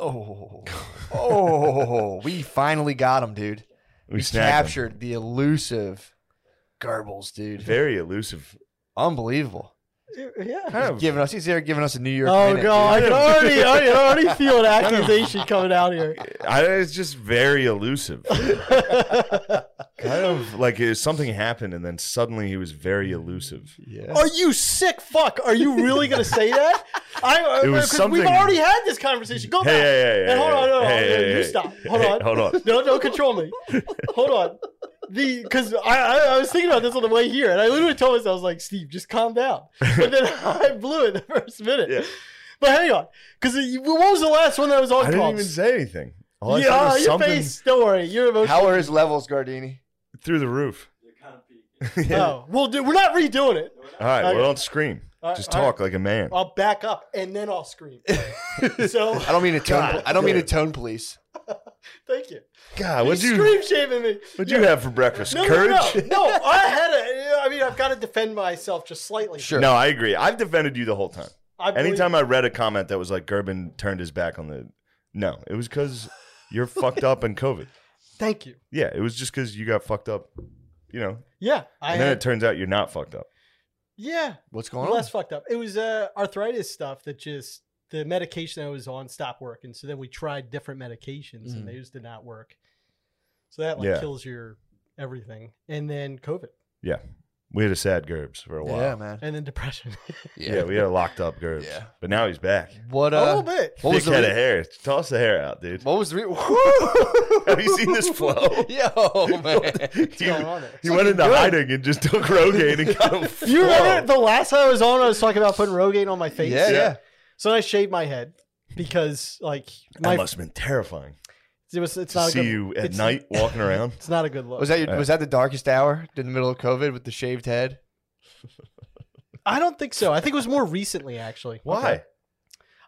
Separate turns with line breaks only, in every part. Oh, oh, we finally got him, dude.
We,
We,
snagged him.
captured the elusive Garbles, dude.
Very elusive.
unbelievable.
Yeah.
Kind of.
Giving us, he's there giving us a New York.
Oh
minute,
god, I
dude.
can already, I can already feel an accusation coming out here.
I, it's just very elusive. kind of like it- something happened, and then suddenly he was very elusive.
Yeah.
Are you sick? Fuck! Are you really gonna say that? I uh,
It was
because
something-
we've already had this conversation. Go
Hey,
back.
hey, hey,
Hey, hold on, no, no,
hey,
no,
hey,
you
hey,
stop.
hey,
Hold
hey,
on.
hold on.
No, don't control me. Hold on. The because I, I I was thinking about this on the way here, and I literally told myself I was like, Steve, just calm down. And then I blew it the first minute.
Yeah.
But hang on, because what was the last one that was on?
I didn't
comms?
even say anything. All I said
yeah,
was
your
something
face. Don't worry, your emotion.
How are his levels, Gardini?
through the roof.
Oh, well, dude, we're not redoing it.
All right,
Okay.
well, don't scream.
All right,
Just
all right.
talk like a man.
I'll back up and then I'll scream. so
I don't mean to tone.
God.
I don't mean to tone police.
thank you.
God, Uh, what'd
He's
you
Scream shaming me.
what'd you have for breakfast?
No,
Courage.
No, no, no, I had a. I mean, I've got to defend myself just slightly.
Sure.
No, I agree. I've defended you the whole time.
I believe-
Anytime I read a comment that was like Gerben turned his back on the, no, it was because you're fucked up in COVID.
Thank you.
Yeah, it was just because you got fucked up, you know.
Yeah, I
And then
had,
it turns out you're not fucked up.
yeah,
What's going on?
less fucked up. It was uh, arthritis stuff that just the medication I was on stopped working. So then we tried different medications
Mhm.
and those did not work. So that like
Mm. Yeah.
kills your everything, and then COVID,
We had a sad Gerbs for a while.
Yeah, man.
and then depression.
Yeah, we had a locked up Gerbs.
Yeah.
But now he's back.
What?
a
Uh,
little bit.
What
Thick
was the
head
re-
of hair. Toss the hair out, dude.
What was the? Re-
Have you seen this flow?
Yo, man.
What's going on there?
He went into hiding and just took Rogaine and got him.
You remember the last time I was on, I was talking about putting Rogaine on my face.
Yeah, yeah.
So I shaved my head because, like, my
That must have been terrifying.
it was it's
To
not a
see
good,
you at
it's-
night walking around.
It's not a good look.
Was that your, was that the darkest hour in the middle of COVID with the shaved head?
I don't think so. I think it was more recently, actually.
Why?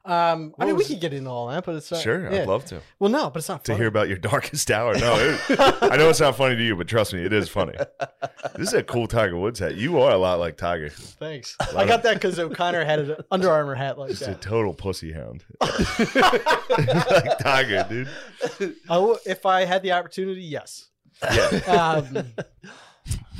Um, I
What
mean, we
was
could get into all that, but it's not,
Sure,
yeah.
I'd love to.
Well, no, but it's not
To
funny.
hear about your darkest hour. No, it- I know it's not funny to you, but trust me, it is funny. This is a cool Tiger Woods hat. You are a lot like Tiger.
Thanks. I got that because O'Connor had an Under Armour hat like
Just a
that.
total pussy hound. like Tiger, dude.
I w- if I had the opportunity, yes.
Yeah.
Um,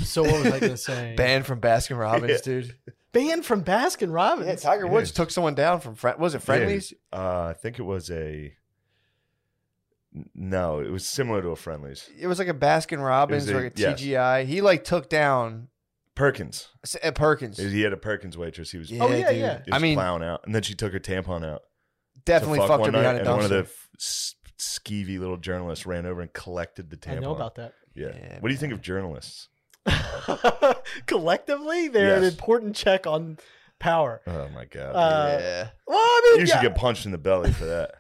so what was I going to say?
Banned from Baskin Robbins,
Yeah.
dude.
Banned from Baskin
Yeah,
Robbins.
Tiger
Yeah.
Woods took someone down from friend. Was it friendlies?
Uh, I think it was a. No, it was similar to a friendlies.
It was like a Baskin Robbins
It was
or
a-
like a
yes.
TGI. He like took down
Perkins.
S- uh, Perkins.
He had a Perkins waitress. He was
Yeah,
Oh, yeah,
dude.
yeah.
just
I mean,
plowing out, and then she took her tampon out. to
definitely
fuck
fucked
one
her
night,
behind a
and one of the
dumpster.
f- s- skeevy little journalists ran over and collected the tampon.
I know about that.
Yeah.
Yeah,
what do you think of journalists?
Collectively, they're an
Yes.
important check on power.
Oh my god.
Uh,
yeah.
Well, I mean,
you
yeah,
should get punched in the belly for that.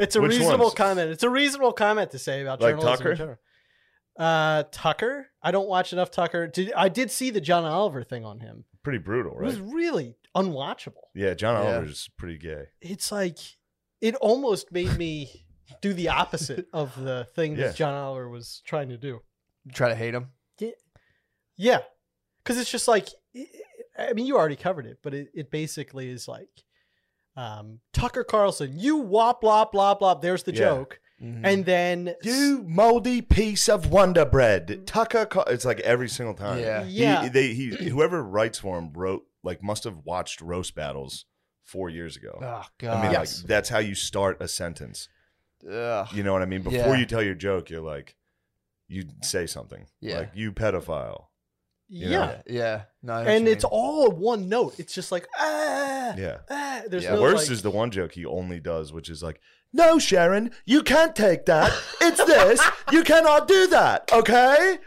it's a
which
reasonable
ones?
comment. It's a reasonable comment to say about
Like
journalism. in
Tucker?
general. Uh, Tucker. I don't watch enough Tucker. Did, I did see the John Oliver thing on him.
Pretty brutal,
It was
right?
really unwatchable.
Yeah, John
Yeah.
Oliver's pretty gay.
It's like it almost made me do the opposite of the thing
Yeah.
that John Oliver was trying to do.
Try to hate him.
Yeah, because it's just like I mean, you already covered it, but it, it basically is like um, Tucker Carlson. You wop lop lop lop. There's the
Yeah.
joke, and then
moldy piece of wonder bread, Tucker. Car- it's like every single time.
Mm-hmm. Yeah.
He-
Yeah.
they he whoever writes for him wrote like must have watched roast battles four years ago.
oh
I
god.
mean,
Yes.
like that's how you start a sentence.
Ugh.
You know what I mean? Before
Yeah.
you tell your joke, you're like, you say something.
Yeah.
Like you pedophile.
yeah,
you know?
Yeah. No, I know what
and
you
it's
mean.
all one note. It's just like ah,
Yeah.
ah. There's
Yeah.
no
Worse
like,
is the one joke he only does, which is like, "No, Sharon, you can't take that. It's this. you cannot do that. Okay?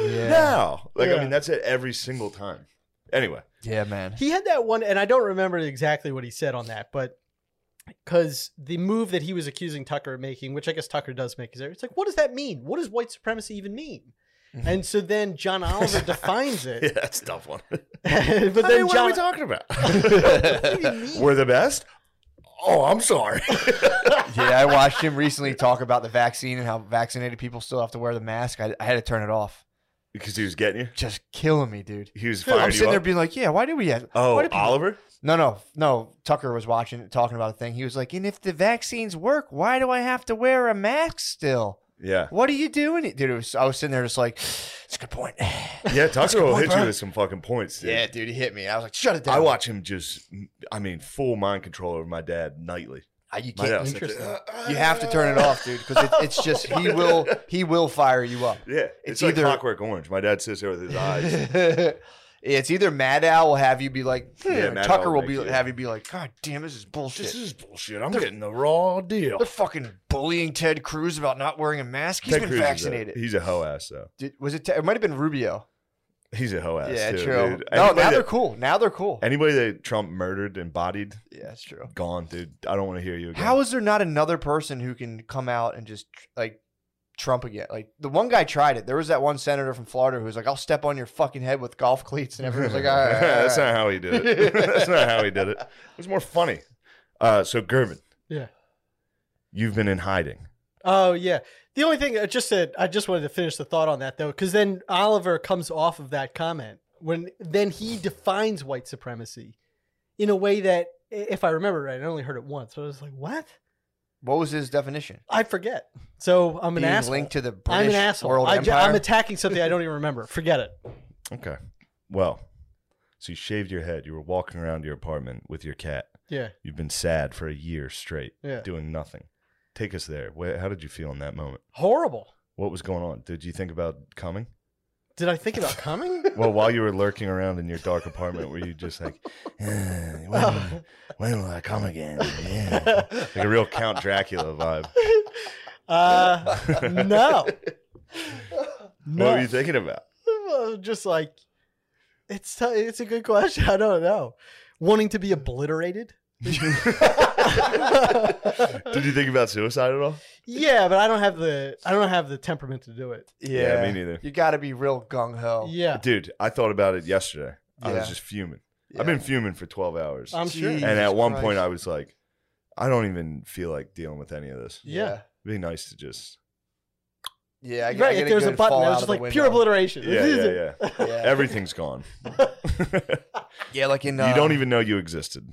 Yeah.
Now, like, I
Yeah.
mean, that's it every single time. Anyway,
Yeah, man.
He had that one, and I don't remember exactly what he said on that, but because the move that he was accusing Tucker of making, which I guess Tucker does make, is there, it's like, what does that mean? What does white supremacy even mean? And so then John Oliver defines
Mm-hmm. yeah,
it,
that's a tough one. but
but
I mean,
then
what are we
John,
talking about? We're the best. Oh, I'm sorry.
yeah, I watched him recently talk about the vaccine and how vaccinated people still have to wear the mask. I, I had to turn it off.
because he was getting you.
Just killing me, dude.
He was
I'm
fired you
sitting there
up.
being like, yeah, why did we have?
oh,
why did people-
Oliver.
No, no, no. Tucker was watching, it, talking about a thing. He was like, and if the vaccines work, why do I have to wear a mask still?
Yeah,
What are you doing, dude? It was, I was sitting there just like, it's a good point.
yeah. Tucker will
point,
hit you
bro.
with some fucking points. Dude.
yeah, dude, he hit me. I was like, shut it down.
I watch him just. I mean, full mind control over my dad nightly.
I- you
My
can't.
dad was like,
Interesting.
You have to turn it off, dude, because it, it's just he will he will fire you up.
Yeah,
It's
it's, like
either-
Clockwork Orange. My dad sits there with his eyes.
it's either Mad Al will have you be like, hmm,
Yeah, Mad
Tucker
Al
will
will
be
make you-
have you be like, God damn, this is bullshit.
this is bullshit. I'm getting the raw deal.
They're fucking bullying Ted Cruz about not wearing a mask. He's
Ted
been
Cruz is a-
vaccinated.
he's a hoe ass though.
Did, was it? Te- it might have been Rubio.
He's a hoe ass.
yeah,
too,
true.
dude.
No,
Anybody
now they're
that-
cool. Now they're cool.
Anybody that Trump murdered and bodied,
yeah, that's true.
gone, dude. I don't want to hear you again.
How is there not another person who can come out and just like Trump again? Like the one guy tried it. There was that one senator from Florida who was like, "I'll step on your fucking head with golf cleats," and everyone's like, "All right, all right,
that's
all right."
not how he did it. that's not how he did it. It was more funny. Uh, so Gervin,
Yeah.
you've been in hiding.
Oh yeah. The only thing I just said, I just wanted to finish the thought on that though, because then Oliver comes off of that comment when then he defines white supremacy in a way that, i- if I remember right, I only heard it once. So I was like, what?
What was his definition?
I forget. So I'm an
Being
asshole.
linked to the British
I'm an asshole.
world
I,
empire.
am attacking something I don't even remember. Forget it.
Okay. Well, so you shaved your head. You were walking around your apartment with your cat.
Yeah.
You've been sad for a year straight,
Yeah.
doing nothing. Take us there. Where, how did you feel in that moment?
Horrible.
What was going on? Did you think about coming?
Did I think about coming?
Well, while you were lurking around in your dark apartment, were you just like, "Eh, when, when will I come again? Yeah. Like a real Count Dracula vibe.
uh, no. No.
What were you thinking about?
I'm just like it's t- it's a good question. I don't know. Wanting to be obliterated.
Did you think about suicide at all?
yeah, but I don't have the I don't have the temperament to do it.
Yeah, me neither.
You got to be real gung ho.
Yeah,
Dude, I thought about it yesterday. I
Yeah.
was just fuming. I've been fuming for 12 hours.
I'm sure.
Jeez.
and at
Jesus
one
Christ.
point, I was like, I don't even feel like dealing with any of this.
Yeah.
It'd be nice to just.
yeah. I, get- I
right.
get
If there's a
good
button,
fall
I was
out of
just
the
like pure
window.
obliteration.
Yeah,
This is
yeah,
it.
yeah.
Yeah.
Everything's gone.
yeah, like in
You
uh,
don't even know you existed.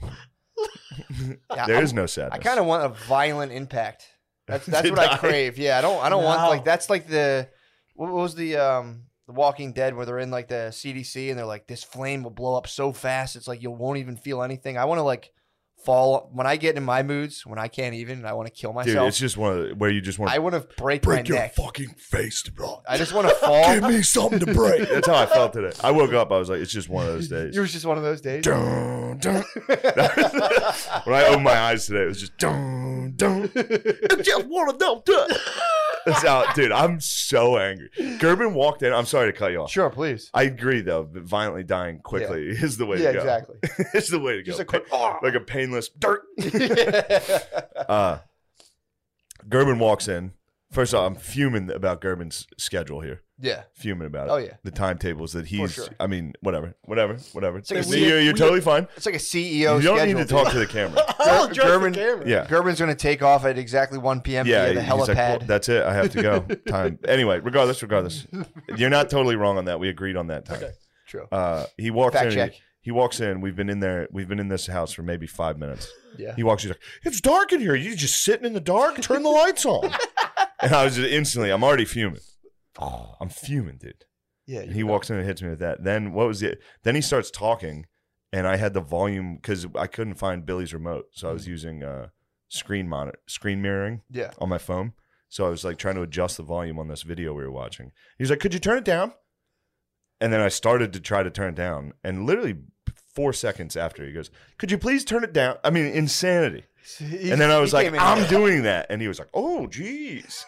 yeah,
There
I-
is no sadness.
I kind of want a violent impact. That's that's
Did
what I
I?
crave. Yeah, I don't I don't want
No.
like that's like the what was the um the Walking Dead where they're in like the CDC and they're like this flame will blow up so fast it's like you won't even feel anything. I want to like fall when I get in my moods when I can't even I want to kill
Dude,
myself.
it's just one of the, where you just want
I want to break, my neck.
fucking face, bro.
I just want to fall.
me something to break. That's how I felt today. I woke up. I was like, it's just one of those days.
it was just one of those days.
Dun, dun. when I opened my eyes today, it was just dun dun. I just want to know that. That's how, dude. I'm so angry. Gerben walked in. I'm sorry to cut you off.
Sure, please.
I agree, though. that Violently dying quickly is the way
Yeah,
to go.
exactly.
it's the way to
Just
go.
a quick- Ah!
like a painless dirt.
yeah.
Uh, Gerben walks in. First off, I'm fuming about Gerben's schedule here. Fuming about it.
Oh, yeah.
The timetables that he's.
sure.
I mean, whatever, whatever, whatever.
like
So
we-
you're you're
we-
totally fine.
It's like a
You
CEO
don't
schedule.
need to talk to the camera.
I'll address the
German-
camera.
Yeah.
Gerben's going to take off at exactly 1 p.m.
Yeah,
via the
he's like, "Well,
helipad.
that's it. I have to go. Time. Anyway, regardless, regardless, you're not totally wrong on that. We agreed on that time.
True.
Uh, he walks
Fact
in.
check.
He, he walks in. We've been in there. We've been in this house for maybe five minutes.
Yeah.
He walks. He's like, "It's dark in here. You just sitting in the dark. Turn the lights on." and I was just instantly. I'm already fuming. I'm fuming, dude.
Yeah.
And he walks in and hits me with that. Then what was it? Then he starts talking, and I had the volume because I couldn't find Billy's remote, so I
Hmm.
was using uh, screen monitor, screen mirroring
Yeah.
on my phone. So I was like trying to adjust the volume on this video we were watching. He's like, "Could you turn it down?" And then I started to try to turn it down, and literally four seconds after, he goes, "Could you please turn it down?" I mean, insanity. and then I was like, "I'm doing that," and he was like, "Oh, jeez."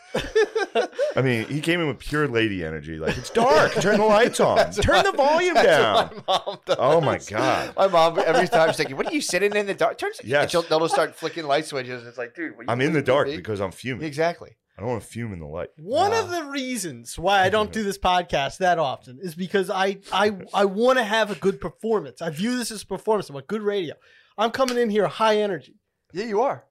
I mean, he came in with pure lady energy, like it's dark. Turn the lights on. Turn the volume down.
my mom does.
Oh my god.
My mom every time she's like, "What are you sitting in the dark?" Turns
Yes.
and she'll, they'll start flicking light switches. It's like, dude, will you
I'm in the
leave
dark
me?
because I'm fuming.
exactly.
I don't want to fume in the light.
One
Nah.
of the reasons why I don't do this podcast that often is because I I I want to have a good performance. I view this as performance. I'm a good radio. I'm coming in here high energy.
Yeah, you are.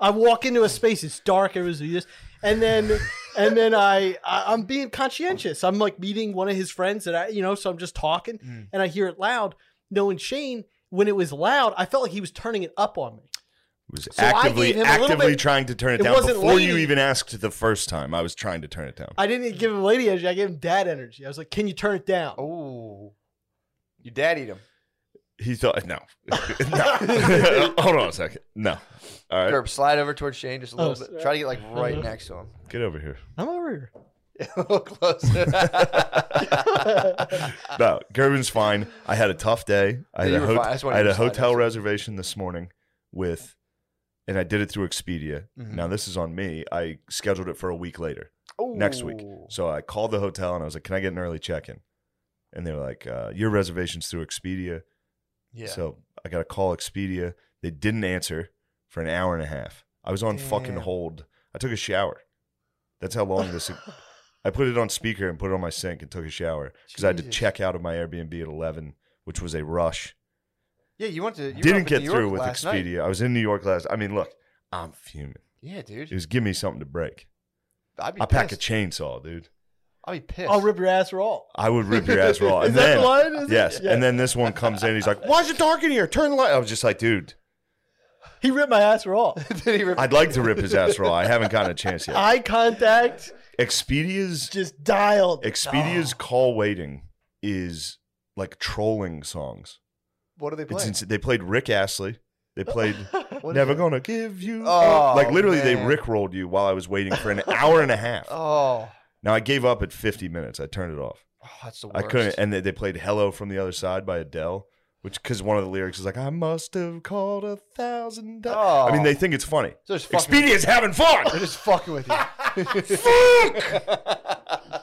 I walk into a space, it's dark, everyone's doing this, and then and then I, I I'm being conscientious. I'm like meeting one of his friends, and I you know, so I'm just talking,
Mm.
and I hear it loud. Knowing Shane, when it was loud, I felt like he was turning it up on me.
was
I
actively
gave him a little
actively
bit-
trying to turn it,
it
down
wasn't
before you
leading.
even asked the first time. I was trying to turn it down.
I didn't give him lady energy. I gave him dad energy. I was like, "Can you turn it down?"
Oh, you daddied him.
He thought no, no. Hold on a second. No. All right,
Gerb, slide over towards Shane just a
Oh,
little bit.
sorry.
Try to get like right
Mhm.
next to him.
get over here.
I'm over here.
a little closer.
No, Gerben's fine. I had a tough day. I had
Yeah,
a,
you were
hot-
fine. I just wanted
I had
you
a
to slide
hotel
out.
reservation this morning with, and I did it through Expedia.
Mhm.
Now this is on me. I scheduled it for a week later. next week.
Ooh.
So I called the hotel and I was like, "Can I get an early check-in?" And they were like, uh, "Your reservation's through Expedia."
Yeah.
So I got to call Expedia. They didn't answer for an hour and a half. I was on fucking
Damn.
hold. I took a shower. That's how long this. I put it on speaker and put it on my sink and took a shower because I had to
Jesus.
check out of my Airbnb at eleven, which was a rush.
yeah, you went to you were up
Didn't
in
get
New
through
York
with
last night.
Expedia. I was in New York last. I mean, look, I'm fuming.
Yeah,
It
dude.
was give me something to break.
I'd be
I
pissed.
pack a chainsaw, dude.
I'd be pissed.
I'll rip your ass raw.
I would rip your ass raw.
Is
And
that
then,
the line? Is it?
yes,
Yeah.
and then this one comes in. He's like, "Why is it dark in here? Turn the light." I was just like, "Dude,
he ripped my ass raw.
Did he rip-
I'd like to rip his ass raw. I haven't gotten a chance yet."
Eye contact
Expedia's
just dialed.
Oh.
Expedia's call waiting is like trolling songs.
what are they
It's
playing?
ins- they played Rick Astley. They played
What is
Never
it?
Gonna Give You.
Oh,
Up. like literally
man.
they rickrolled you while I was waiting for an hour and a half.
Oh,
Now I gave up at 50 minutes. I turned it off.
oh, that's the
I
worst.
couldn't and they, they played Hello from the Other Side by Adele, which cuz one of the lyrics is like I must have called a thousand dollars.
Oh.
I mean they think it's funny.
So it's fucking.
Expedia's having fun.
They're just fucking with you.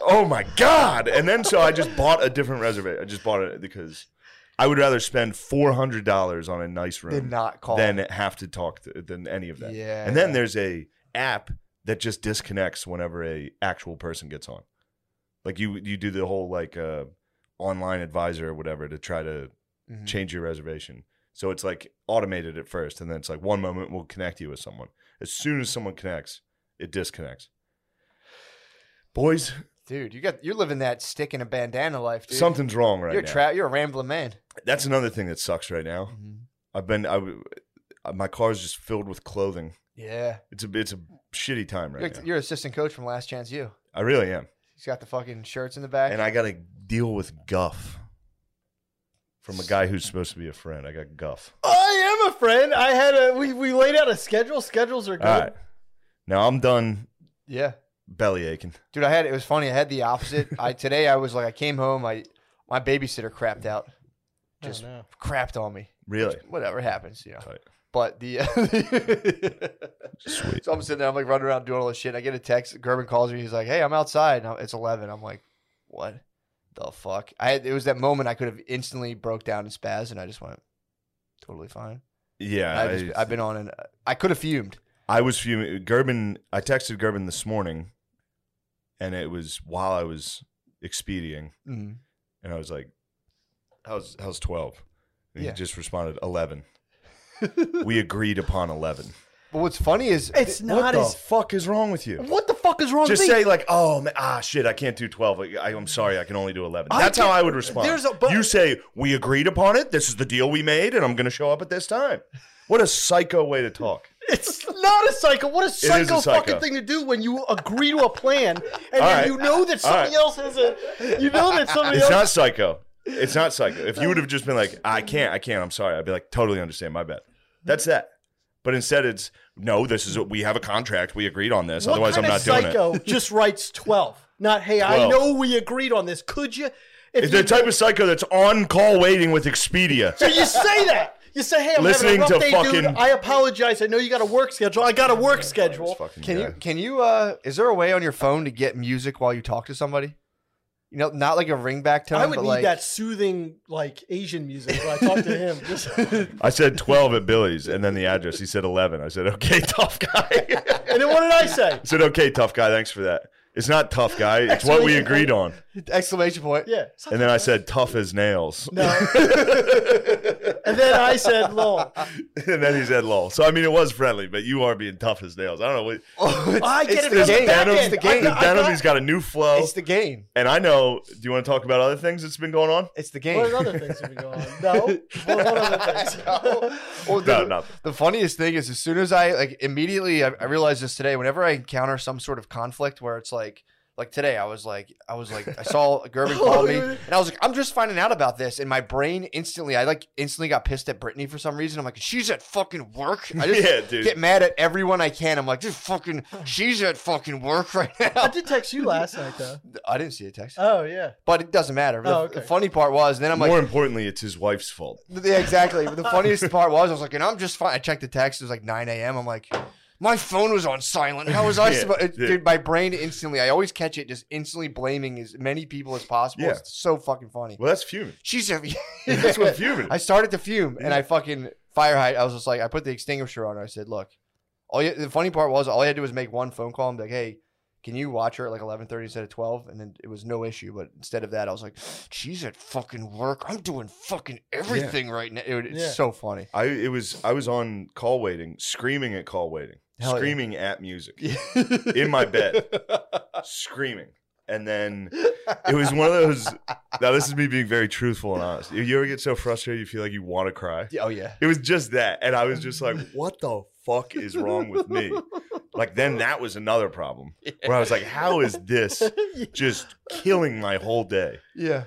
oh my god and then so i just bought a different reservation i just bought it because i would rather spend $400 on a nice
Did
room
not call.
than have to talk to, than any of that
yeah.
and then there's a app that just disconnects whenever a actual person gets on like you you do the whole like uh online advisor or whatever to try to
Mhm.
change your reservation so it's like automated at first and then it's like one moment we'll connect you with someone as soon as someone connects it disconnects boys
dude, you got you're living that stick in a bandana life, dude.
Something's wrong right
you're a
now. Mm-hmm.
tra- You're a rambling man. Mm-hmm.
That's another thing that sucks right now. I've been, I, w- uh, my car's just filled with clothing.
Yeah.
It's a, it's a shitty time right
You're,
now.
you're assistant coach from Last Chance U.
I really am,
He's got the fucking shirts in the back.
and I got to deal with guff from a guy who's supposed to be a friend. I got guff.
I am a friend. I had a we, we laid out a schedule. Schedules are good.
All right, now I'm done
yeah.
belly aching.
Dude, I had it was funny. I had the opposite. I today I was like I came home. I my babysitter crapped out,
I don't
just
know.
crapped on me.
Really
Whatever happens, you know.
Tight.
But the
sweet.
so I'm sitting there. I'm like running around doing all this shit. I get a text. Gerben calls me. He's like, "Hey, I'm outside." And I- it's eleven. I'm like, "What the fuck?" I had, it was that moment I could have instantly broke down and spazzed, and I just went totally fine.
Yeah,
I just, I've been on an. I could have fumed.
I was fuming. Gerben, I texted Gerben this morning, and it was while I was expediting.
Mm.
And I was like, "How's how's 12? And
Yeah.
he just responded, 11. we agreed upon 11.
But what's funny is
It's not
the
as
fuck is wrong with you?
what the fuck is wrong
Just
with me?
say like, "Oh, man, ah shit, I can't do 12. Like, I, I'm sorry, I can only do 11."
I
That's how
can't-
I would respond.
there's a- but-
you say, "We agreed upon it. This is the deal we made, and I'm going to show up at this time." What a psycho way to talk.
it's not a psycho. What a
a
psycho,
psycho.
fucking thing to do when you agree to a plan and then
right.
you know that
All right.
somebody else has a you know that somebody
It's
else
not psycho. It's not psycho. If you would have just been like, I can't, I can't, I'm sorry, I'd be like, totally understand, my bad. That's that. But instead, it's no, this is what we have a contract. We agreed on this.
What
Otherwise, I'm
kind
not
of
doing
psycho just writes 12. Not, hey,
12.
I know we agreed on this. Could you? If
it. It's the type of psycho that's on call waiting with Expedia.
so you say that. You say, hey, I'm
Listening
having a rough
to
day, dude.
fucking-
I apologize. I know you got a work schedule. I got a work schedule.
Fucking
Can
guy.
you can you uh is there a way on your phone to get music while you talk to somebody? You know, not like a ringback tone,
I would
but
need
like
that soothing, like, Asian music when I talk to him. Just- and
I said 12 at Billy's, and then the address. He said 11. I said, okay, tough guy. I
then what did I say?
said, okay, tough guy. Thanks for that. It's not tough guy. It's what we agreed on.
Exclamation point.
Yeah.
And then I said, tough as nails.
No. And then I said, lol.
and then he said, lol. So, I mean, it was friendly, but you are being tough as nails. I don't know. What,
Oh, it's,
I get
it's the
it from the
game.
back
It's
end.
the game.
the
I
denim,
got-
he's got a new flow.
It's the game.
and I know, do you want to talk about other things that's been going on?
It's the
What
game.
other things have been going on? No. What, what other things?
Well,
No,
the,
nothing.
the funniest thing is, as soon as I like, immediately, I, I realized this today. Whenever I encounter some sort of conflict where it's like, like today, I was like, I was like, I saw Gerben call me, and I was like, I'm just finding out about this, and my brain instantly, I like instantly got pissed at Brittany for some reason. I'm like, she's at fucking work. I just
yeah, dude.
get mad at everyone I can. I'm like, just fucking, she's at fucking work right
I
now.
did text you last night, though.
I didn't see a text,
Uh,
Oh, yeah.
but it doesn't matter. The,
Oh, okay.
the funny part was, then I'm like,
More importantly, it's his wife's fault.
Yeah, exactly. But the funniest part was I was like, and I'm just fine. I checked the text. It was like 9 a.m. I'm like, my phone was on silent. How was I
Yeah,
supposed?
yeah.
Dude, my brain instantly. I always catch it, just instantly blaming as many people as possible.
Yeah.
It's so fucking funny.
Well, that's fuming.
She's a.
That's what fuming is.
I started to fume, and I fucking fire hide. I was just like, I put the extinguisher on. And I said, look, all you, the funny part was all I had to do was make one phone call and be like, hey. Can you watch her at like eleven thirty instead of twelve? And then it was no issue. But instead of that, I was like, "She's at fucking work. I'm doing fucking everything right now." Dude, it's
Yeah.
so funny.
I it was I was on call waiting, screaming at call waiting,
Hell yeah.
screaming at music
in
in my bed, screaming. And then it was one of those. Now this is me being very truthful and honest. If you ever get so frustrated, you feel like you want to cry.
Yeah, Oh yeah.
It was just that, and I was just like, "What the fuck is wrong with me?" Like then that was another problem where I was like, "How is this just killing my whole day?"
Yeah.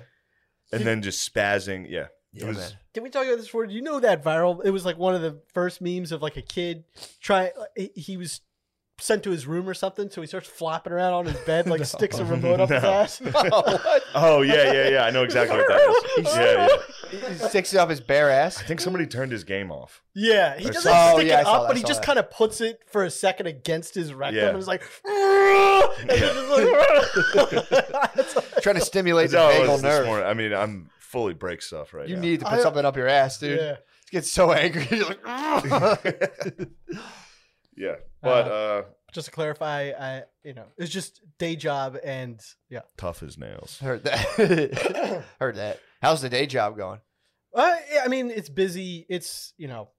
And then just spazzing. Yeah,
Yeah,
was-
man.
Can we talk about this word? You know that viral? It was like one of the first memes of like a kid try. He he was sent to his room or something, so he starts flopping around on his bed, like sticks a remote up his
No.
ass.
Oh yeah, yeah, yeah. I know exactly what that is. Yeah, yeah.
He sticks it up his bare ass.
I think somebody turned his game off.
Yeah, he
I
doesn't
saw- oh,
stick
yeah, I
it
saw
up,
that,
but
I
he
saw
just
that.
kind of puts it for a second agast his rectum
Yeah.
and is like, and then
Yeah.
just like, It's like-
Trying to stimulate the
No, it
vagal
was this
nerve.
morning. I mean, I'm fully break stuff right
You
now.
need to put
I-
something up your ass, dude.
Yeah.
Get so angry. You're like,
yeah, but uh,
Just to clarify, I you know it's just day job and yeah.
tough as nails.
heard that. heard that. How's the day job going?
Uh, yeah, I mean it's busy. It's you know,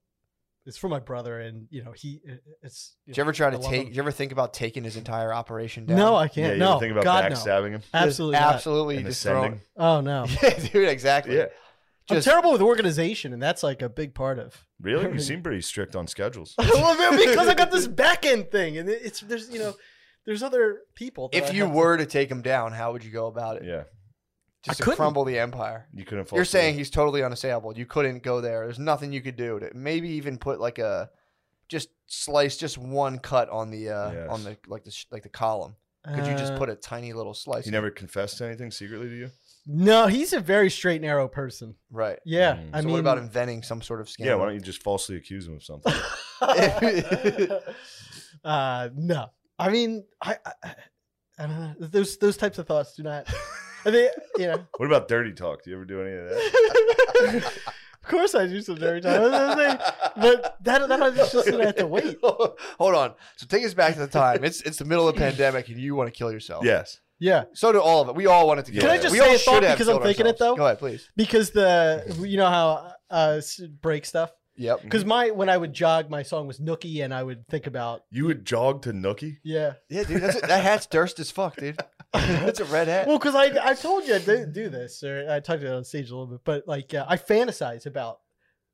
it's for my brother and you know he it's. you
Did you
know,
ever try to
I love
take?
him.
Did you ever think about taking his entire operation down?
No, I
Yeah,
can't.
you
no,
ever think about
God no.
backsstabbing him
Just
Absolutely, absolutely.
absolutely.
and
Just throwing.
ascending?
Oh no,
Yeah, dude. Exactly.
Yeah,
Just-
I'm terrible with organization, and that's like a big part of.
really? You seem pretty strict on schedules.
well, because I got this back end thing, and it's there's you know, there's other people. that I
If you
have to-
were to take him down, how would you go about it?
Yeah,
Just to
couldn't.
crumble the empire.
you couldn't. Fall
You're
through.
saying he's totally unassailable. You couldn't go there. There's nothing you could do. To maybe even put like a just slice just one cut on the uh
Yes.
on the like the sh- like the column. Could you just
Uh,
put a tiny little slice?
he never confessed to anything secretly to you?
No, he's a very straight and narrow person.
right.
Yeah,
Mm.
I
so
mean,
what about inventing some sort of
Yeah.
scandal?
why don't you just falsely accuse him of something?
uh, no, I mean, I, I, I don't know. Those those types of thoughts do not. I think you know.
what about dirty talk? Do you ever do any of that?
of course, I do some every time. That's the thing. But that that I'm just gonna have to wait.
Hold on. So take us back to the time. It's it's the middle of the pandemic, and you want to kill yourself.
Yes.
Yeah,
So do all of it. We all wanted to kill.
Can I
ourselves.
just
we
say
all
a thought
should have
because I'm
killed
thinking it,
ourselves.
though?
Go ahead, please.
because the you know how uh s- break stuff.
Yep.
Mm-hmm.
Because my when I would jog, my song was Nookie, and I would think about
You would jog to Nookie.
yeah.
Yeah, dude. That's that hat's durst as fuck, dude. That's a red hat.
Well, because I I told you I didn't do this, or I talked about it on stage a little bit, but like uh, I fantasize about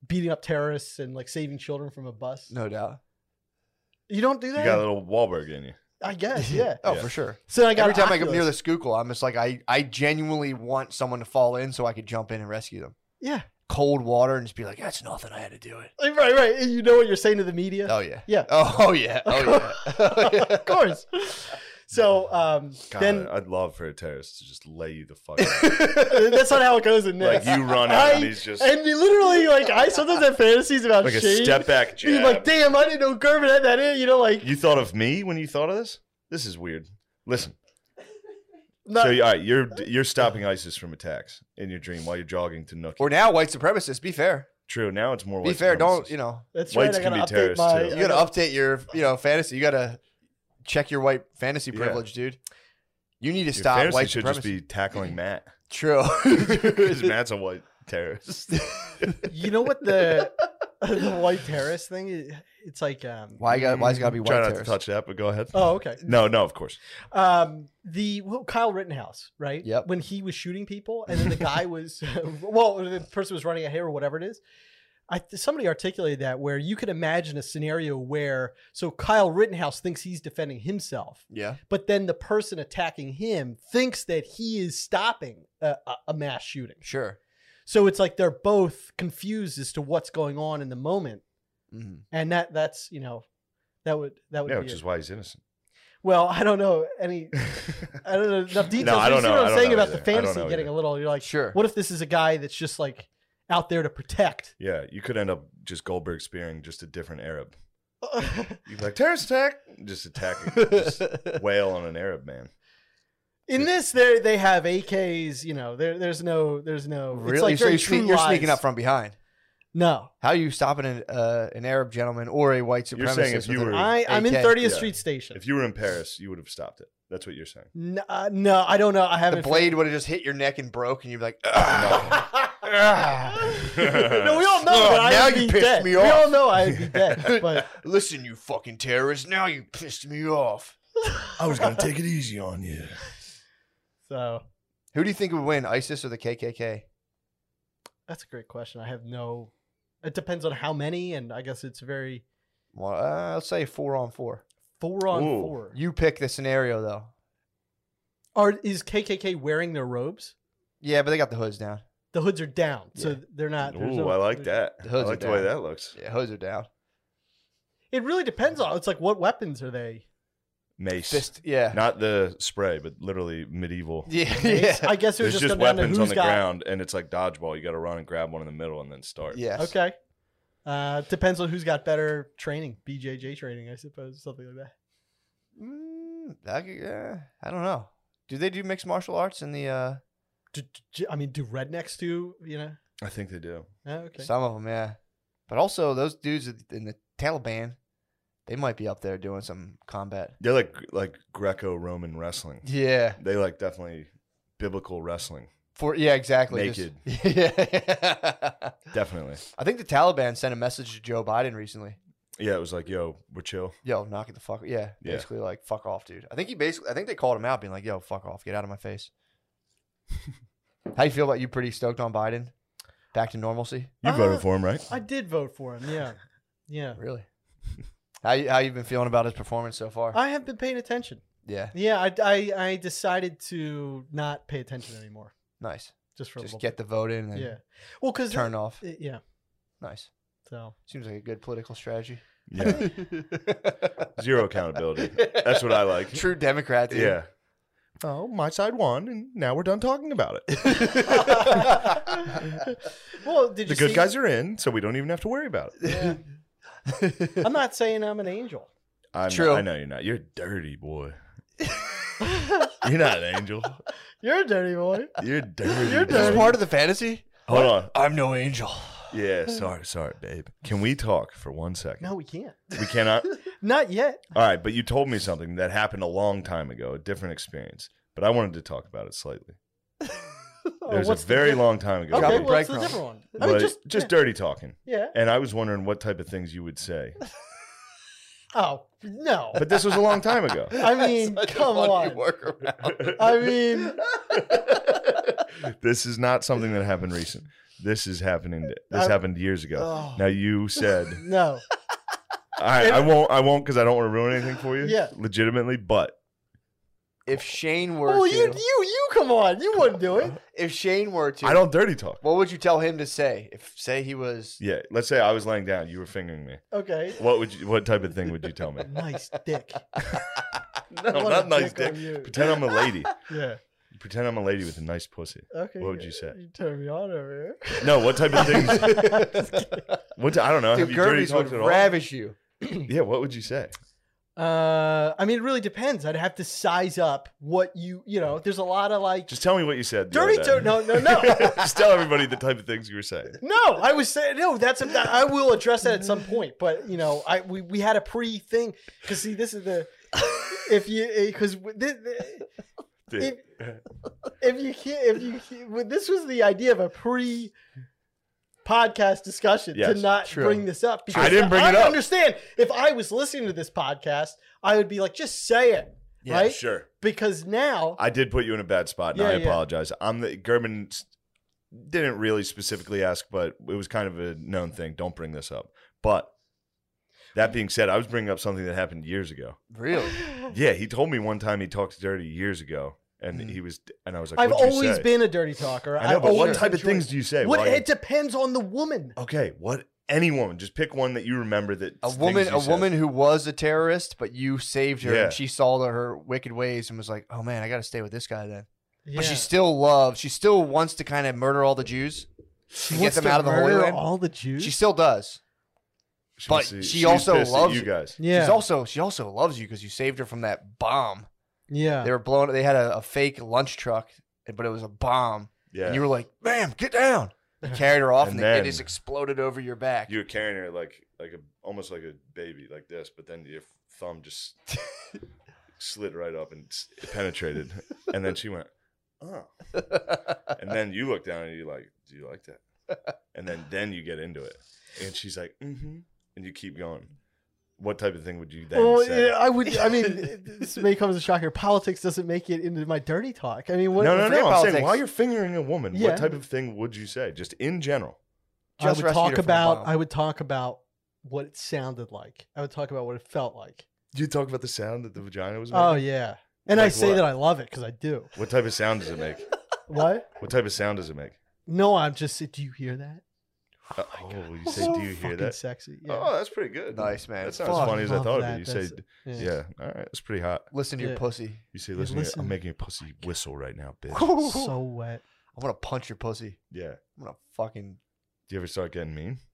beating up terrorists and like saving children from a bus.
No doubt.
You don't do
You
that.
got a little Wahlberg in you.
I guess yeah.
Oh,
Yeah.
for sure.
So I got
Every time I
Oculus.
come near the Schuylkill, I'm just like I, I genuinely want someone to fall in so I could jump in and rescue them.
yeah
Cold water and just be like, that's nothing. I had to do it.
right right. And you know what you're saying to the media?
Oh yeah.
Yeah.
Oh, oh, yeah. Oh yeah.
of course. So um,
God,
then
I'd love for a terrorist to just lay you the fuck out.
that's not how it goes in
like
this.
you run out
I,
and he's just
and you literally like I sometimes have fantasies about
like a
Shane
step back
being
jab.
like, damn, I didn't know Gervin had that in. You know, like
You thought of me when you thought of this? This is weird. Listen,
not,
so all right, you're you're stopping ISIS from attacks in your dream while you're jogging to Nookie.
We're now white supremacists. Be fair.
True. Now it's more.
Be
white
fair. Don't
supremacists.
you know?
that's
whites
right.
can
I gotta
be
update
terrorists,
my.
too.
You
I
gotta update your you know fantasy. You gotta check your white fantasy
Yeah.
privilege, dude. You need to
Your
stop
fantasy
white
should
supremacy.
just be tackling Matt.
True.
'Cause Matt's a white terrorist.
You know what the the white terrorist thing? is? It's like um.
Why got? Why's got to be
Mm. Try
white
not
terrorist?
to touch that, but go ahead.
Oh, okay.
No, no, of course.
Um, the well, Kyle Rittenhouse, right?
Yep.
When he was shooting people, and then the guy was, well, the person was running a hair or whatever it is. I somebody articulated that where you could imagine a scenario where so Kyle Rittenhouse thinks he's defending himself,
Yeah.
but then the person attacking him thinks that he is stopping a, a, a mass shooting.
Sure.
So it's like they're both confused as to what's going on in the moment,
hmm
and that that's you know, that would that would
Yeah,
be
which
it.
is why he's innocent.
well, I don't know any I don't know enough details.
I
but
don't
you see
know. I
what I'm
don't
saying
know
about
either.
the
I don't
fantasy
know
getting
either.
a little. You're like,
Sure.
What if this is a guy that's just like out there to protect?
Yeah, you could end up just Goldberg spearing just a different Arab. You'd be like, terrorist attack! Just attack, just wail on an Arab man.
In this, they they have AKs. You know, there there's no there's no.
really?
It's like
so
very
you're, sne-
true
you're
lies.
sneaking up from behind.
No,
How are you stopping an uh, an Arab gentleman or a white supremacist?
You're saying if you
with an-
were-
I I'm in
AK.
30th
Yeah.
Street Station.
If you were in Paris, you would have stopped it. That's what you're saying.
no, uh, no, I don't know. I
the
haven't.
blade would have just hit your neck and broke, and you'd be like, "Ah."
no, we all know
Oh,
that I
now
would
you
be
pissed
dead.
me
We
off.
all know I would be dead. But
"Listen, you fucking terrorist! Now you pissed me off."
I was going to take it easy on you.
so
Who do you think would win, ISIS or the KKK?
that's a great question. I have no. It depends on how many, and I guess it's very
Well, uh, let's say four on four.
four on
Ooh.
four.
You pick the scenario though.
Are is KKK wearing their robes?
Yeah, but they got the hoods down.
The hoods are down, so
Yeah.
they're not. there's
Ooh,
no-
I like that.
The
I
hoods are
like the way
down.
that looks.
Yeah, hoods are down.
It really depends on. It's like what weapons are they?
Mace.
Fist. Yeah.
Not the spray, but literally medieval.
yeah.
Mace?
Yeah.
I guess it would
There's
just,
just
come down to
weapons
who's
on the
got.
ground, and it's like dodgeball. You got to run and grab one in the middle and then start.
Yes.
Okay. Uh, depends on who's got better training, BJJ training, I suppose, something like that.
Mm, I, could- uh, I don't know. Do they do mixed martial arts in the? Uh,
Do, do- I mean, do rednecks do? You know?
I think they do.
Oh, okay.
Some of them, yeah. But also those dudes in the Taliban, they might be up there doing some combat.
They're like like Greco-Roman wrestling.
Yeah.
They like definitely biblical wrestling.
For yeah, exactly. just- yeah.
Definitely.
I think the Taliban sent a message to Joe Biden recently.
Yeah, it was like, yo, we're chill.
Yo, knock it the fuck. Yeah.
Yeah.
Basically, like fuck off, dude. I think he basically. I think they called him out, being like, "Yo, fuck off. Get out of my face." How you feel about you? Pretty stoked on Biden. Back to normalcy.
You
Uh,
voted for him, right?
I did vote for him. Yeah. Yeah.
Really? how you, how you been feeling about his performance so far?
I have been paying attention.
yeah,
Yeah, I, I, I decided to not pay attention anymore.
nice.
Just for a
Just
little
get the vote in
bit.
and
Yeah. Well, because
turn off.
Yeah.
Nice.
So
Seems like a good political strategy.
Yeah. Zero accountability. That's what I like.
True Democrat. Dude.
Yeah. Oh, my side won, and now we're done talking about it.
well, did
the
you
good
see-
guys are in, so we don't even have to worry about it.
Yeah. I'm not saying I'm an angel.
I'm
True.
I know you're not. You're a dirty boy. You're not an angel.
You're a dirty boy.
You're dirty.
You're
Is this
boy.
dirty.
part of the fantasy?
Hold on.
I'm no angel.
Yeah, sorry, sorry, babe. Can we talk for one second?
No, we can't.
We cannot.
Not yet.
All right, but you told me something that happened a long time ago, a different experience. But I wanted to talk about it slightly.
Oh,
It was a
what's the
very
diff-
long time ago.
Okay,
Drop
but-
a
well, it's a
breadcrumb.
different one. I
but
mean,
just
just
dirty talking.
yeah.
And I was wondering what type of things you would say.
Oh no.
But this was a long time ago.
I mean,
Such a
come
funny
on.
workaround.
I mean,
this is not something that happened recent. This is happening. This
I-
happened years ago.
Uh, oh,
Now you said,
no.
I, I won't, I won't, because I don't want to ruin anything for you.
Yeah.
legitimately. But
If Shane were
Well,
to,
Oh, you, you, you, come on. You wouldn't do it.
if Shane were to,
I don't dirty talk.
What would you tell him to say? If say he was,
Yeah, let's say I was laying down, you were fingering me.
Okay.
What would you? What type of thing would you tell me?
Nice dick.
No,
What a
not nice dick.
on you.
Pretend I'm a lady.
Yeah.
Pretend I'm a lady with a nice pussy.
Okay.
What would you say?
You turn me on over here.
No, what type of things?
dude,
What I I don't know. have you dirty
Gerbies
talked
would
at all?
ravish you.
Yeah, what would you say?
Uh, I mean, it really depends. I'd have to size up what you, you know. There's a lot of like
Just tell me what you said. the
dirty
other
talk.
day.
No, no, no.
Just tell everybody the type of things you were saying.
No, I was saying no. That's a, that, I will address that at some point. But you know, I we, we eh, had a pre thing because see, this is the if you because if, if you can't, if you can't- well, this was the idea of a pre podcast discussion
Yes,
to not
true.
bring this up because
didn't bring it up.
understand if I was listening to this podcast, I would be like, just say it,
Yeah,
right?
sure.
Because now
I did put you in a bad spot, and
Yeah,
I
yeah.
apologize. I'm the German s- didn't really specifically ask, but it was kind of a known thing. Don't bring this up. But that being said, I was bringing up something that happened years ago.
Really?
Yeah, he told me one time he talked dirty years ago, and
Mm.
he was, and I was like,
Hmm. I've
"What'd you
always
say?"
been a dirty talker.
I know,
I've
but what
always
type of
enjoyed-
things do you say?
What
Why-
it depends on the woman.
okay, what any woman? Just pick one that you remember that
A
things
woman,
you
a
said.
woman who was a terrorist, but you saved her,
Yeah.
and she saw the, her wicked ways and was like, "Oh man, I got to stay with this guy then."
Yeah.
But she still loves. She still wants to kind of murder all the Jews.
She
get
wants
them
to
out of the Holy
murder
Land?
All the Jews.
She still does.
She
but
was-
she
she's
also
pissed at
loves
you
it.
guys.
yeah.
She's also she also loves you because you saved her from that bomb.
yeah.
They were blowing. They had a, a fake lunch truck, but it was a bomb,
Yeah,
and you were like, "Ma'am, get down!" You carried her off, and,
And
the
then-
it just exploded over your back.
you were carrying her like like a almost like a baby like this, but then your thumb just slid right up and s- penetrated, and then she went, "Oh!" And then you look down and you like, "Do you like that?" And then then you get into it, and she's like, "Mm-hmm," and you keep going. What type of thing would you then
Well,
say?
yeah, I would. I mean, this may come as a shocker. Politics doesn't make it into my dirty talk. I mean, what?
no, no,
forget
no. I'm saying
politics.
while you're fingering a woman,
Yeah.
what type of thing would you say, just in general?
I
Just
would
rescued her
talk
from a
about.
bomb.
I would talk about what it sounded like. I would talk about what it felt like.
You talk about the sound that the vagina was making.
Oh yeah, and I
Like
say
what?
that I love it because I do.
What type of sound does it make?
What?
What type of sound does it make?
No, I'm just. Do you hear that?
Uh, Oh, you say, do you hear
Fucking
that?
Sexy. Yeah.
Oh, that's pretty good.
Nice, man.
That's not
Fuck,
as funny as I
love
thought
that.
it would be. You say,
That's-
yeah, all right, that's pretty hot.
Listen to
Yeah.
your pussy.
You say,
Yeah,
listen, here,
listen.
I'm making a pussy whistle right now, bitch.
I
So wet.
want to punch your pussy.
yeah.
I'm gonna fucking.
Do you ever start getting mean?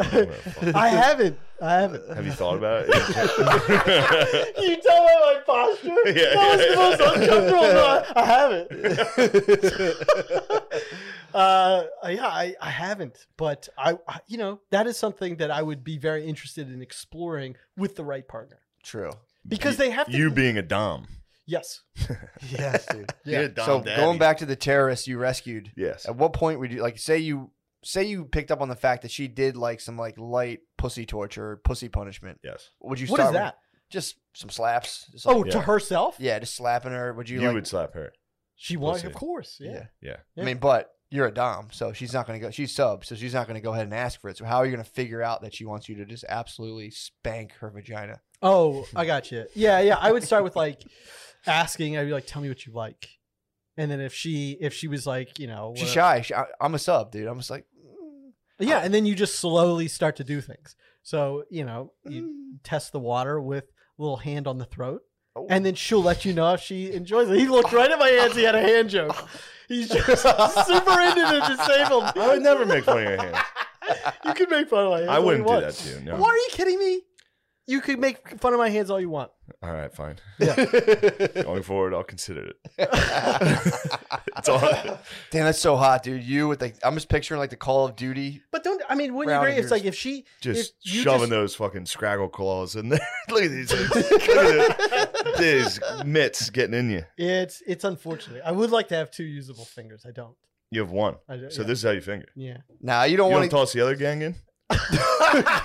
You know, I'm gonna fuck-
I haven't. I haven't.
Have you thought about it?
you tell by my posture.
Yeah,
that was
yeah,
the most
yeah.
uncomfortable. thought. I haven't. uh, yeah, I, I haven't, but I, I, you know, that is something that I would be very interested in exploring with the right partner
True.
because they have to.
you being a dom.
yes,
Yes, dude.
Yeah.
You're a dom
so
daddy.
going back to the terrorists you rescued,
Yes.
at what point would you like say you say you picked up on the fact that she did like some like light pussy torture, or pussy punishment?
Yes.
Would you?
what
start
is
with-
that?
just some slaps. Just
Oh,
like-
to
Yeah.
herself,
yeah, just slapping her. Would you,
You,
like?
would slap her.
she wants,
Pussy.
of course. Yeah.
Yeah.
Yeah.
I mean, but you're a dom, so she's not gonna go. She's sub, so she's not gonna go ahead and ask for it. So how are you gonna figure out that she wants you to just absolutely spank her vagina?
Oh, I got you. Yeah, yeah. I would start with like asking. I'd be like, "Tell me what you like," and then if she, if she was like, you know,
She's
what-
shy. She, I, I'm a sub, dude. I'm just like, mm,
yeah, and then you just slowly start to do things. So you know, you
mm,
test the water with a little hand on the throat.
oh.
and then she'll let you know if she enjoys it. He looked right at my hands. He had a hand joke. He's just super into the disabled.
I would never make fun of your hands.
You can make fun of my hands.
I
all
wouldn't
you
do
want.
that to you. No.
Why are you kidding me? You could make fun of my hands all you want.
All right, fine.
Damn,
Going forward, I'll consider it. It's all.
that's so hot, dude. You with like, I'm just picturing like the Call of Duty.
But don't. I mean, wouldn't
Round
you
of
agree? It's
yours.
like if she
just
If you
shoving
just-
those fucking scraggle claws in there. look at these, look at these mitts getting in you.
It's it's unfortunate. I would like to have two usable fingers. I don't.
You have one,
I don't
so
yeah.
this is how you finger.
Yeah.
Nah, you don't
you
want
don't toss the other gang in.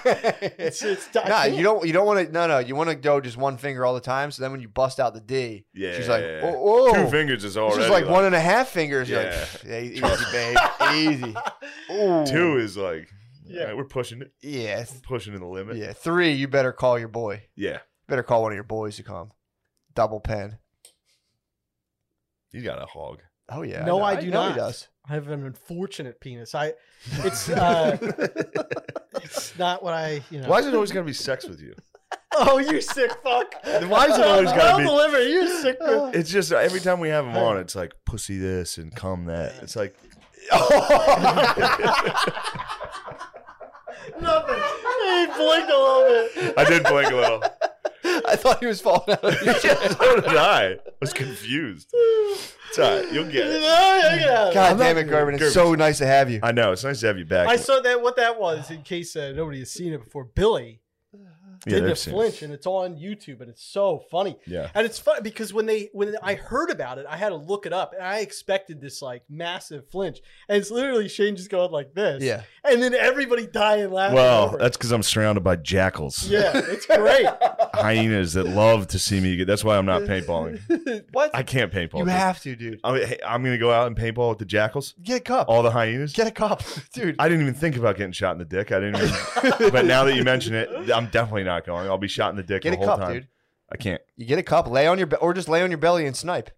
It's, it's, I
Nah,
can't.
you don't. You don't want to. No, no. You want to go just one finger all the time. So then when you bust out the D,
Yeah,
she's like, "Oh,
two
oh.
fingers is already.
She's like,
like-
one and a half fingers. You're
Yeah.
like, "Yeah, easy, babe. easy. Ooh.
Two is like, yeah,
Yeah.
we're pushing it,
Yeah. th-
pushing to the limit. Yeah,
Yeah. Three. You better call your boy. Better call one of your boys to come. Double pen.
you got a hog.
Oh yeah. I
No,
know-
I do
know He
not.
does.
I have an unfortunate penis. I. It's uh. it's not what I. You know.
Why is it always gonna be sex with you?
Oh, you sick fuck.
Then why is it always gotta be-
Well delivered, you sick bitch.
It's just uh, every time we have them on, it's like pussy this and cum that. It's like
Nothing. He blinked a little bit.
I did blink a little.
I thought he was falling out. Of the
so did I. I was confused. It's all right. You'll get it.
No, you can have it.
God damn it, Gervin. It's so nice to have you.
I know. It's nice to have you back.
I saw that what that was in case uh, nobody has seen it before. Billy
they've
didn't
seen it.
flinch, and it's on YouTube, and it's so funny.
Yeah.
And it's funny because when they when I heard about it, I had to look it up, and I expected this like massive flinch, and it's literally Shane just going like this,
Yeah.
and then everybody dying laughing.
Well,
over it.
that's because I'm surrounded by jackals,
yeah, it's great.
hyenas that love to see me. get That's why I'm not paintballing.
What?
I can't paintball.
you
dude.
have to, dude.
I mean, hey, I'm gonna go out and paintball with the jackals,
Get a cup.
all the hyenas.
Get a cup, dude.
I didn't even think about getting shot in the dick. I didn't. Even, but now that you mention it, I'm definitely not going. I'll be shot in the dick
get
the
a
whole
cup,
time.
dude.
I can't.
You get a cup, lay on your be- or just lay on your belly and snipe.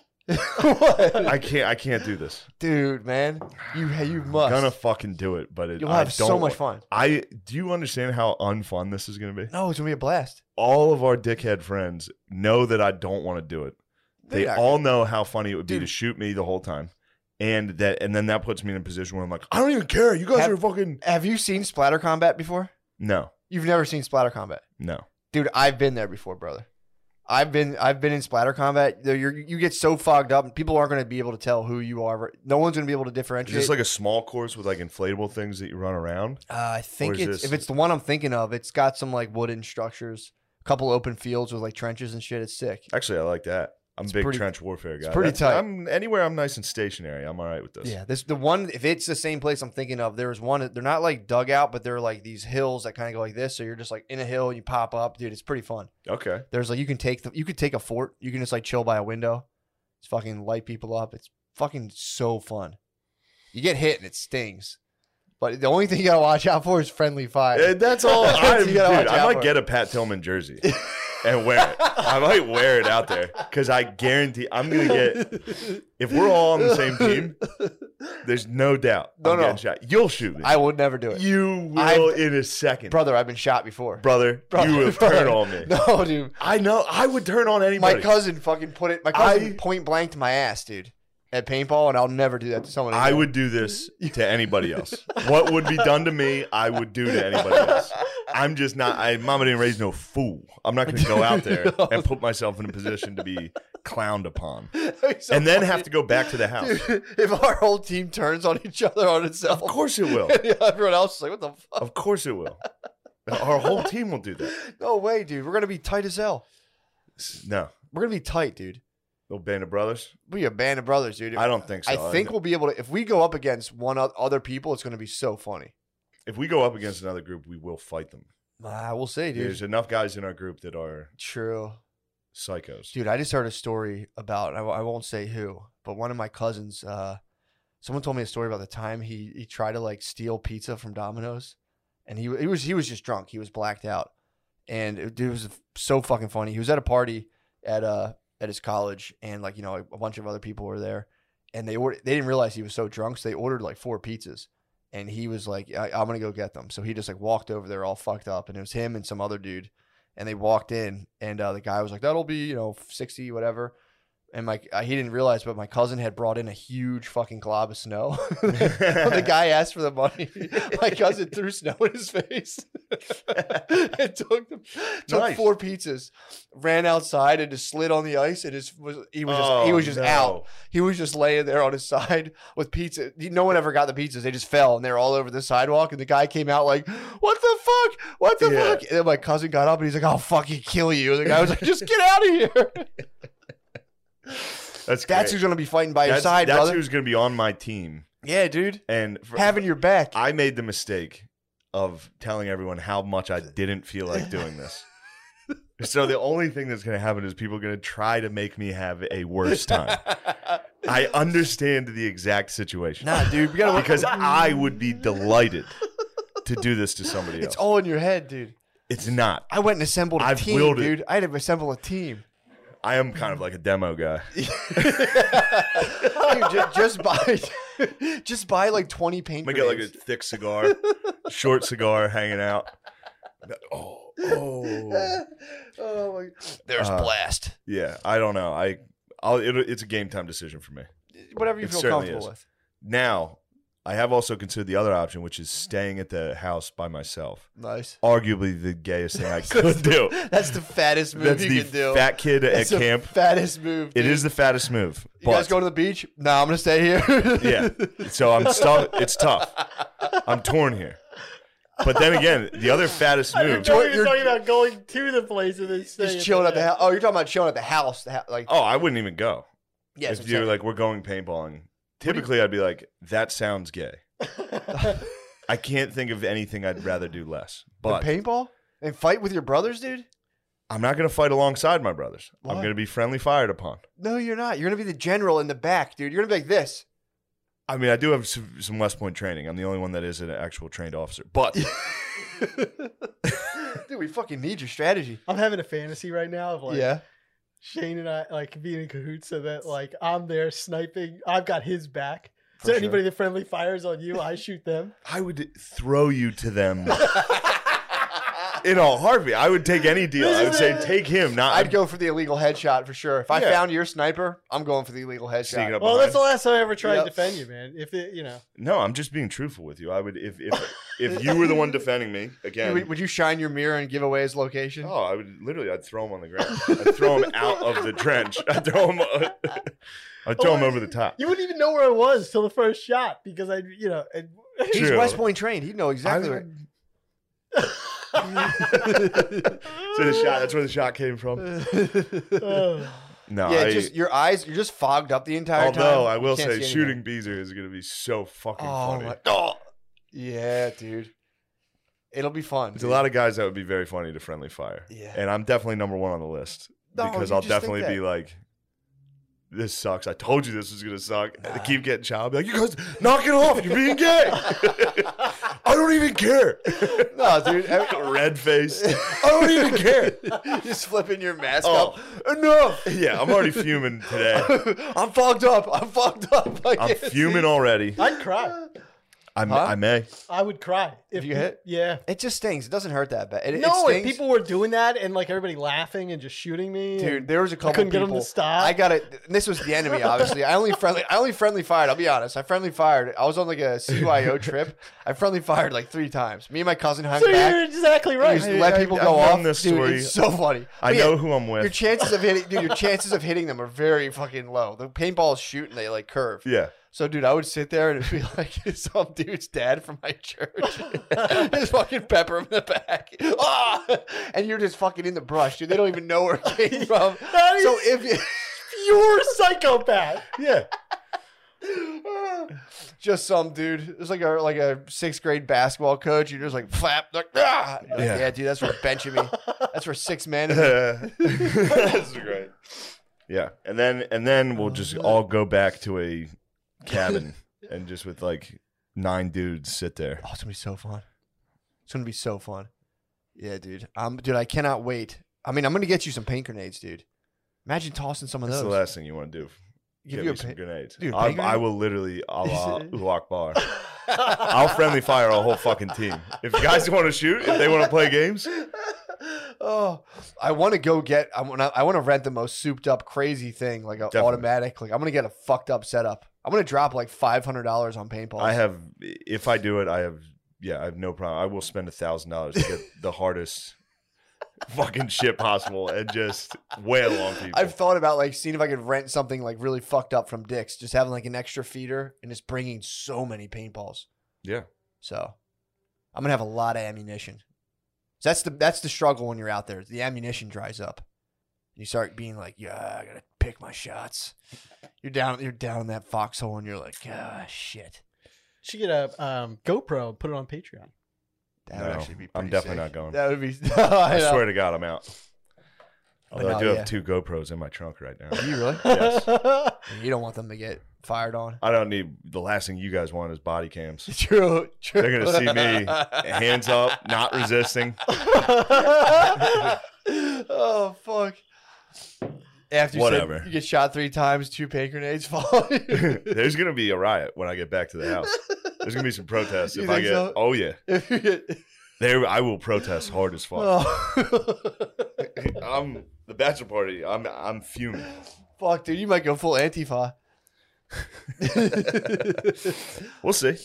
what?
I can't. I can't do this.
Dude, man, you you
I'm
must.
gonna fucking do it, but it,
You'll
I
have
don't
so much fun.
want- I do you understand how unfun this is gonna be?
No, it's gonna be a blast.
All of our dickhead friends know that I don't want to do it. They
They're not
all know how funny it would be to
Dude.
shoot me the whole time, and that and then that puts me in a position where I'm like, I don't even care. You guys
Have-
are fucking
Have you seen splatter combat before?
no,
You've never seen splatter combat,
no.
dude. I've been there before, brother. I've been I've been in splatter combat. There You're, you get so fogged up, and people aren't gonna be able to tell who you are. No one's gonna be able to
It's
differentiate.
just like a small course with like inflatable things that you run around.
Uh, I think
is
it's
this-
if it's the one I'm thinking of, it's got some like wooden structures, a couple open fields with like trenches and shit. It's sick.
Actually, I like that. I'm a big
pretty-
trench warfare guy.
pretty tight.
I'm anywhere I'm nice and stationary. I'm all right with this.
Yeah, this the one. If it's the same place I'm thinking of, there's one. They're not like dugout, but they're like these hills that kind of go like this. So you're just like in a hill, you pop up, dude. It's pretty fun.
Okay.
There's like you can take the you could take a fort. You can just like chill by a window. It's fucking light people up. It's fucking so fun. You get hit and it stings, but the only thing you gotta watch out for is friendly fire.
Uh, That's all. I,
You gotta
dude,
watch
I
out
might
for
get a Pat Tillman jersey and wear it. I might wear it out there because I guarantee I'm gonna get. If we're all on the same team, there's no doubt.
No,
I'm
no.
getting shot. You'll shoot me.
I would never do it,
you will
I-
in a second,
brother. I've been shot before.
brother.
Brother,
you will
brother.
turn on me.
No, dude.
I know. I would turn on anybody.
My cousin fucking put it. My cousin
I-
point blanked my ass, dude, at paintball, and I'll never do that to someone.
I
again.
would do this to anybody else. What would be done to me, I would do to anybody else. I'm just not. I mama didn't raise no fool. I'm not going to go out there and put myself in a position to be clowned upon, and then have to go back to the house.
Dude, if our whole team turns on each other on itself,
Of course it will.
everyone else is like, "What the fuck?
Of course it will. Our whole team will do that.
No way, dude. We're gonna be tight as hell.
No,
We're gonna be tight, dude.
little band of brothers.
We a band of brothers, dude.
I don't think so.
I think we'll be able to. If we go up against one o- other people, it's gonna be so funny.
if we go up against another group, we will fight them.
Ah, we'll see, dude.
There's enough guys in our group that are
True.
psychos.
Dude, I just heard a story about I, w- I won't say who, but one of my cousins. Uh, someone told me a story about the time he he tried to like steal pizza from Domino's, and he w- he was he was just drunk. He was blacked out, and it, dude, it was so fucking funny. He was at a party at uh at his college, and like you know a bunch of other people were there, and they ordered they didn't realize he was so drunk, so they ordered like four pizzas. And he was like, I- "I'm gonna go get them." So he just like walked over there, all fucked up, and it was him and some other dude and they walked in and uh, the guy was like that'll be you know 60 whatever and my uh, he didn't realize but my cousin had brought in a huge fucking glob of snow the guy asked for the money my cousin threw snow in his face and took the, took
Nice.
four pizzas ran outside and just slid on the ice and just was he was just, he
Oh,
was just
no.
out he was just laying there on his side with pizza. He- No one ever got the pizzas. They just fell and they were all over the sidewalk. And the guy came out like, What the fuck? What the
Yeah.
fuck? And then my cousin got up and he's like, I'll fucking kill you. And the guy was like, Just get out of here. That's
That's great.
who's going to be fighting by your
that's,
side,
that's
brother.
who's going to be on my team.
yeah, dude.
And for,
Having your back.
I made the mistake of telling everyone how much I didn't feel like doing this. so the only thing that's going to happen is people are going to try to make me have a worse time. I understand the exact situation
nah, dude. We got to work.
because I would be delighted to do this to somebody else.
It's all in your head, dude.
it's not.
I went and assembled a
I've
team,
willed it.
dude. I had to assemble a team.
I am kind of like a demo guy.
Dude, just, just buy, just buy like twenty paint.
I'm gonna get like a
grenades.
thick cigar, short cigar, hanging out. Oh, oh.
oh my! There's
Uh,
blast.
Yeah, I don't know. I, I'll, it, it's a game time decision for me.
whatever you
It
feel
certainly
comfortable
is.
with.
Now, I have also considered the other option, which is staying at the house by myself.
Nice.
Arguably the gayest thing I could do.
That's the fattest move
That's
you
the
can do.
fat kid
That's
at
the
camp.
fattest move.
It
dude.
is the fattest move.
You
But
guys go to the beach? No, I'm gonna stay here.
yeah, so I'm stuck. It's tough. I'm torn here. But then again, the other fattest
I
move.
didn't know
Joy-
you were
you're-
talking about going to the place and then staying
Just chilling at the
there.
house. Oh, you're talking about chilling at the house. The hou- like,
Oh, I wouldn't even go.
yeah, that's
if
what I'm
you're
saying.
like, we're going paintballing, typically I'd be like, that sounds gay. I can't think of anything I'd rather do less. But
the paintball and fight with your brothers, dude.
I'm not going to fight alongside my brothers.
Why?
I'm going to be friendly fired upon.
No, you're not. You're gonna be the general in the back, dude. You're gonna be like this.
I mean, I do have some, some West Point training. I'm the only one that is an actual trained officer. But
dude, we fucking need your strategy.
I'm having a fantasy right now of like Shane and I like being in cahoots so that like I'm there sniping. I've got his back.
For
so
sure.
anybody that friendly fires on you, I shoot them.
I would throw you to them in a heartbeat. I would take any deal. I would say, take him, not
I'd go for the illegal headshot for sure. If I
Yeah.
found your sniper, I'm going for the illegal headshot.
sneaking up
Well,
behind.
that's the last time I ever tried
Yep.
to defend you, man. If it, you know,
No, I'm just being truthful with you. I would if if if you were the one defending me again.
Would, would you shine your mirror and give away his location?
Oh, I would literally. I'd throw him on the ground. I'd throw him out of the trench. I'd throw him. I'd throw him over the top.
you wouldn't even know where I was till the first shot because I, you know, and
He's
True.
West Point trained. He'd know exactly
I-
where. Oh,
So the shot. That's where the shot came from.
Oh.
No,
yeah,
I,
just your eyes. You're just fogged up the entire time.
although I will
You can't
say
see
shooting Beezer is going to be so fucking
anything. Oh,
funny.
my- oh. yeah, dude. It'll be fun.
There's a lot of guys that would be very funny to friendly fire.
Oh, Yeah.
And I'm definitely number one on the list
No,
because
you
I'll
just think
definitely
that.
be like, this sucks. I told you this was going to suck. And I keep getting child. Be like, you guys, knock it off. You're being gay. I don't even care.
no, dude. I-
Red face. I don't even care.
just flipping your mask
Oh.
up. Enough.
Yeah, I'm already fuming today.
I'm fogged up. I'm fogged up. I
I'm
can't see.
fuming already.
I'd cry.
I,
Huh?
I may.
I would cry if
you hit?
Yeah.
It just stings. It doesn't hurt that bad. It, it
no, if
stings.
people were doing that and like everybody laughing and just shooting me,
Dude, there was a couple
couldn't get
people.
'em to stop.
I got it. and This was the enemy, obviously. I only friendly. I only friendly fired. I'll be honest. I friendly fired. I was on like a CYO trip. I friendly fired like three times. Me and my cousin hung
and, so
back.
you're exactly
and
right.
just
I-
let
I-
people
I've
go
known
off.
this
dude,
story.
it's so funny.
I
But yeah,
know who I'm
your
with.
chances of hitting, dude. Your chances of hitting them are very fucking low. The paintballs shoot and they like curve.
Yeah.
So, dude, I would sit there and it'd be like some dude's dad from my church. just fucking pepper him in the back. Ah! And you're just fucking in the brush, dude. They don't even know where it came from.
That
So if
is
you
pure psychopath.
Yeah.
just some dude, it's like a like a sixth grade basketball coach, you're just like flap, like, ah! You're like, yeah.
Yeah.
dude, that's for benching me. That's for six men. Oh,
That's great. Yeah, and then and then we'll
Oh,
just all go back to a cabin and just with like nine dudes sit there.
Oh, it's gonna be so fun. It's gonna be so fun. Yeah, dude. Um, dude, I cannot wait. I mean, I'm gonna get you some paint grenades, dude. Imagine tossing some of
That's the
those.
last thing you want to do.
Give
Give
you
me
a
some
paint-
grenades.
Dude,
I,
paint
I
grenade?
will literally a la
Is it-
Uwak Bar. I'll friendly fire a whole fucking team. If you guys want to shoot, if they want to play games,
oh, I want to go get. I want. I want to rent the most souped up crazy thing, like an
Definitely.
automatic. Like I'm gonna get a fucked up setup. I'm gonna drop like five hundred dollars on paintball.
I have. If I do it, I have. Yeah, I have no problem. I will spend a thousand dollars to get the hardest fucking shit possible and just wail on people.
I've thought about like seeing if I could rent something like really fucked up from Dick's, just having like an extra feeder and just bringing so many paintballs.
yeah.
So I'm gonna have a lot of ammunition. So that's the that's the struggle when you're out there. The ammunition dries up. You start being like, yeah, I gotta pick my shots. You're down you're down in that foxhole and you're like, ah shit.
Should get a um, GoPro and put it on Patreon.
That
No,
would actually be
I'm
pretty
definitely
sick.
not going.
That would be
I,
I, know.
swear to God, I'm out.
I
Although I,
know,
do
Oh, yeah.
have two GoPros in my trunk right now.
you really?
Yes.
You don't want them to get fired on.
I don't need the last thing you guys want is body cams.
True, true.
They're gonna see me hands up, not resisting.
oh fuck. After you said
Whatever.
you get shot three times, two paint grenades follow you.
There's gonna be a riot when I get back to the house. There's gonna be some protests
You
if I
think
get.
so?
Oh yeah,
if you get
there I will protest hard as fuck.
Oh.
I'm the bachelor party. I'm I'm fuming.
Fuck, dude, you might go full Antifa.
We'll see.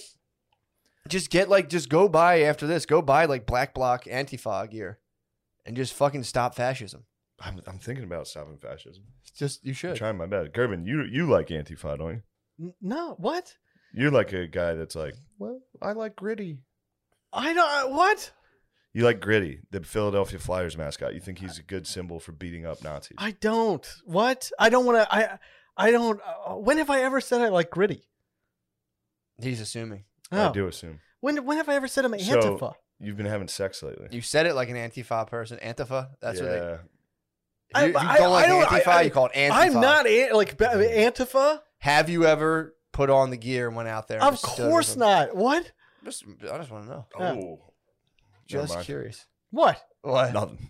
just get like, just go buy after this. Go buy like black block Antifa gear, and just fucking stop fascism.
I'm, I'm thinking about stopping fascism.
Just you
I'm
should.
trying my best. Gervin, you you like Antifa, don't you?
no, what?
You're like a guy that's like, well, I like gritty.
I don't. What?
You like Gritty, the Philadelphia Flyers mascot. You think he's a good symbol for beating up Nazis.
I don't. What? I don't want to. I. I don't. Uh, when have I ever said I like gritty?
He's assuming.
Oh.
I do assume.
When? When have I ever said I'm
So-
Antifa?
You've been having sex lately.
You said it like an Antifa person. Antifa. That's what they.
I-
If you, if you
I-
don't like
I don't-
Antifa,
I- I-
you call it Antifa.
I'm not an, like ba-
Mm.
Antifa.
Have you ever put on the gear and went out there? and
Of
just stood
course
with them?
not. What?
Just, I just want to know.
Yeah.
Oh.
Just
mind.
curious.
What?
What?
Nothing.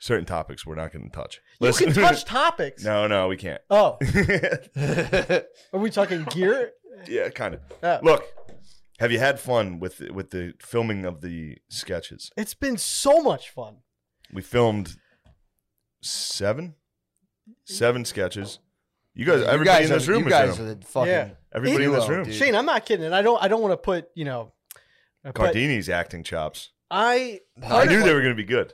Certain topics we're not going to touch.
You can touch topics.
no, no, we can't.
Oh,
That's
are we talking gear?
yeah, kind of.
Uh,
Look, have you had fun with with the filming of the sketches?
it's been so much fun.
We filmed seven, seven sketches. You guys, everybody in this
are,
room
you
is
guys
in them.
are the fucking.
Yeah.
Everybody in this
duo,
room.
dude.
Shane, I'm not kidding. And I don't. I don't want to put you know. uh, But
Cardini's acting chops.
I.
I
Part
knew
of-
they were going to be good.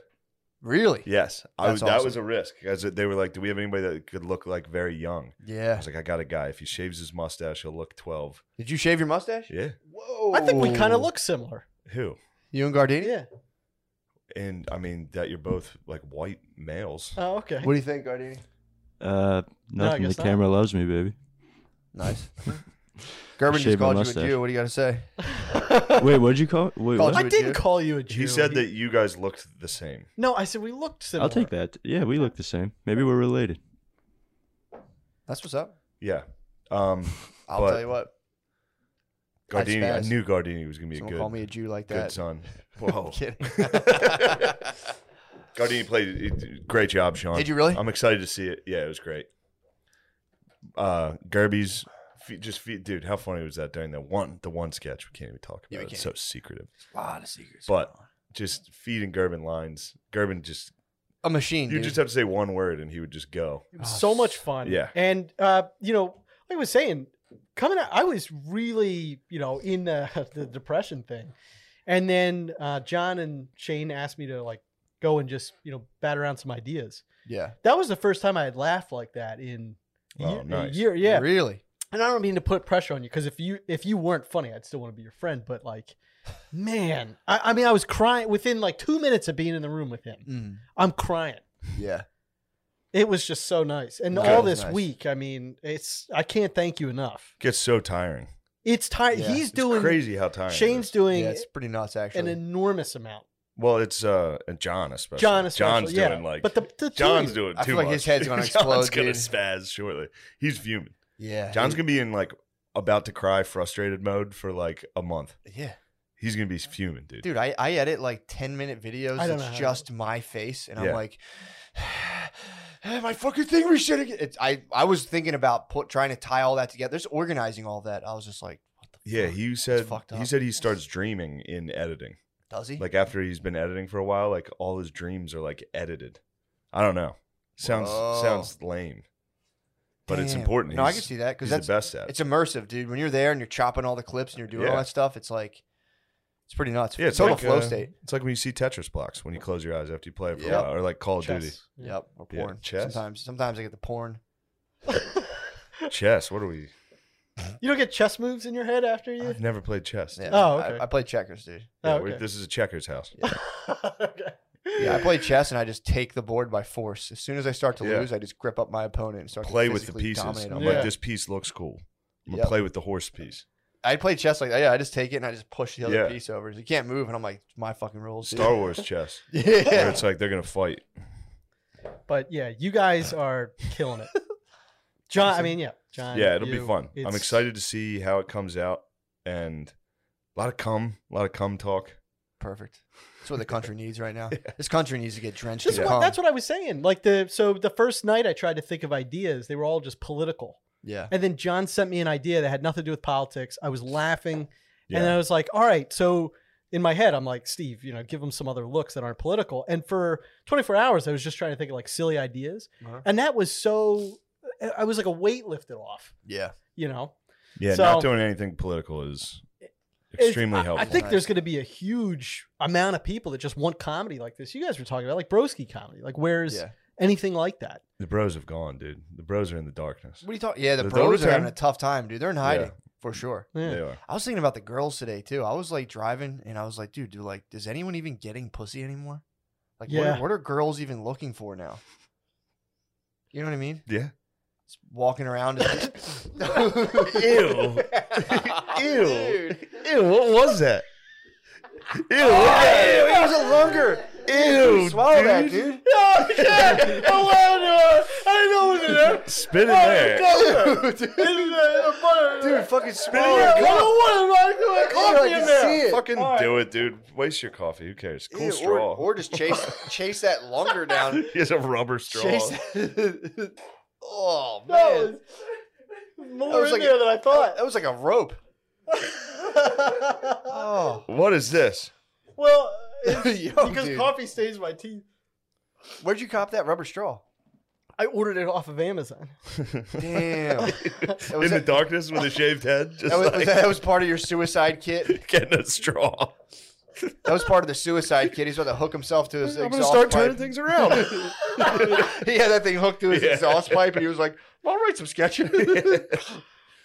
Really?
Yes, I was,
That's
that
awesome.
was a risk because they were like, "Do we have anybody that could look like very young?" I
Yeah.
was like, "I got a guy. If he shaves his mustache, he'll look 12.
Did you shave your mustache?
Yeah,
Whoa.
I think we kind of look similar.
who?
You and Gardini?
Yeah.
And I mean that you're both like white males.
Oh, okay.
What do you think, Gardini?
Uh,
No, I
nothing. the
guess not.
camera loves me, baby.
Nice. Gerben just
Shave my
called you a
mustache.
Jew. What do you got to say?
Wait, what'd you call? Wait,
Called
what?
I
you a
didn't
Jew?
call you a Jew.
He said that you guys looked the same.
No, I said we looked similar.
I'll take that. Yeah, we look the same. Maybe we're related.
That's what's up.
Yeah. Um,
I'll
But-
tell you what. I
Gardini. I,
spaz.
knew Gardini was gonna be a
Someone
good,
call me a Jew like
good
that.
son. Whoa.
I'm kidding.
Gardini played he did- great job, Sean.
Did you really?
I'm excited to see it. Yeah, it was great. Uh, Gerby's fe- just fe dude. How funny was that during the one the one sketch? We can't even talk about
Yeah, we
it. It's so
can't.
secretive.
a lot of secrets.
But-
going on.
Just feeding Gerben lines. Gerben just
a machine.
you
dude.
just have to say one word and he would just go.
It was
Oh,
so much fun.
yeah.
And uh, you know, like I was saying, coming out, I was really, you know, in uh, the depression thing. And then uh, John and Shane asked me to like go and just, you know, bat around some ideas.
yeah.
That was the first time I had laughed like that in a
Oh,
year- a
nice.
year. Yeah.
Really?
And I don't mean to put pressure on you because if you if you weren't funny, I'd still want to be your friend. But like, man, I, I mean, I was crying within like two minutes of being in the room with him.
Mm.
I'm crying.
Yeah.
It was just so nice. And
Good.
all this
Nice.
week, I mean, it's I can't thank you enough.
Gets so tiring.
It's tired.
Yeah.
He's
It's
doing
crazy how tiring. it
Shane's
is.
doing
Yeah, it's pretty nuts,
an
actually.
enormous amount.
well. It's uh and John especially.
John, especially,
John's
yeah.
doing like.
but the, the
John's
team-
doing
I feel
too
like his
much.
head's gonna
John's
explode,
gonna
dude.
spaz shortly. He's fuming.
yeah.
John's gonna be in like about to cry, frustrated mode for like a month.
Yeah.
He's gonna be fuming, dude.
Dude, I, I edit like 10 minute videos
I don't know
that's
how-
just my face, and
Yeah.
I'm like, my fucking thing reset again. It's, I, I was thinking about put, trying to tie all that together, just organizing all that. I was just like, what the
Yeah,
fuck?
he said
fucked
he
up.
said he starts dreaming in editing.
Does he?
Like after he's been editing for a while, like all his dreams are like edited. I don't know. Sounds
Whoa.
sounds lame, but it's
Damn.
important.
No, I
He's-
can see that
He's
because that's
the best at.
it's
It.
immersive, dude. When you're there and you're chopping all the clips and you're doing all
Yeah.
that stuff, it's like, it's pretty nuts.
Yeah, it's
Total
like,
flow
uh,
state.
It's like when you see Tetris blocks when you close your eyes after you play it for
Yep.
a while, or like Call of Duty,
chess. Yeah.
Yep, or
Yeah,
porn.
chess.
Sometimes, sometimes I get the porn.
chess. What are we?
You don't get chess moves in your head after you.
I've never played chess.
Yeah,
Oh,
I-
okay.
I, play checkers, dude.
Yeah,
Oh,
we're-
okay.
This is a checkers house.
okay.
Yeah, I play chess and I just take the board by force. As soon as I start to
Yeah.
lose, I just grip up my opponent and start
Play
to
with the
physically
pieces.
dominate
I'm
him.
Yeah.
like, this piece looks cool. I'm gonna
Yep.
play with the horse piece.
I play chess like that. Yeah, I just take it and I just push the other
Yeah.
piece over. You can't move, and I'm like, it's my fucking rules. dude.
Star Wars chess. Where
Yeah.
it's like they're gonna fight.
But yeah, you guys are killing it. John, I mean, yeah, John.
Yeah, it'll
you,
be fun. I'm
it's-
excited to see how it comes out and a lot of cum, a lot of cum talk.
Perfect. That's what the country needs right now. This country needs to get drenched.
This
in
is
cum.
what, that's what I was saying. Like the so the first night I tried to think of ideas, they were all just political.
Yeah.
And then John sent me an idea that had nothing to do with politics. I was laughing,
Yeah.
and I was like, "All right." So in my head, I'm like, "Steve, you know, give him some other looks that aren't political." And for 24 hours, I was just trying to think of like silly ideas,
Uh-huh.
and that was so. I was like a weight lifted off,
Yeah.
you know.
yeah,
So-
not doing anything political is
It's-
extremely
I-
helpful.
I, think there's going to be a huge amount of people that just want comedy like this. You guys were talking about like Broski comedy. Like, where's
Yeah.
anything like that?
the bros have gone, dude. The bros are in the darkness.
What are you talking? Yeah, the
The
bros are
Dodo
having
Town?
a tough time, dude. They're in
Yeah.
hiding. for sure.
Yeah.
They are.
I was thinking about the girls today too. I was like driving, and I was like, dude, do like, is anyone even getting pussy anymore? Like, what,
Yeah.
are, what are girls even looking for now? You know what I mean?
Yeah.
Just walking around. And
Ew. Ew. Ew. What was that? Ew. Ew.
it was a longer.
Ew.
Swallow that, dude.
Oh shit! Oh wow, no. I didn't know it was
Spit in there.
Dude, fucking swallow
Yeah,
it.
what
coffee in there.
See it.
Fucking
All right.
do it, dude. Waste your coffee. Who cares? Cool
Ew, or,
straw.
or just chase chase that longer down.
he has a rubber straw.
Chase. oh
That
man,
was
That
more
was
in
like
there than I thought.
that was like a rope. Oh,
What is this?
well, it's
Yo,
because
Oh, dude.
coffee stains my teeth.
where'd you cop that rubber straw?
I ordered it off of Amazon.
Damn,
in
was
the
that-
darkness with a shaved head, just
that was,
like
was that, that was part of your suicide kit.
getting a straw.
That was part of the suicide kit. He's about to hook himself to his
I'm gonna
exhaust
start turning
pipe.
things around.
he had that thing hooked to his
Yeah.
exhaust pipe, and he was like, "I'll write some sketches."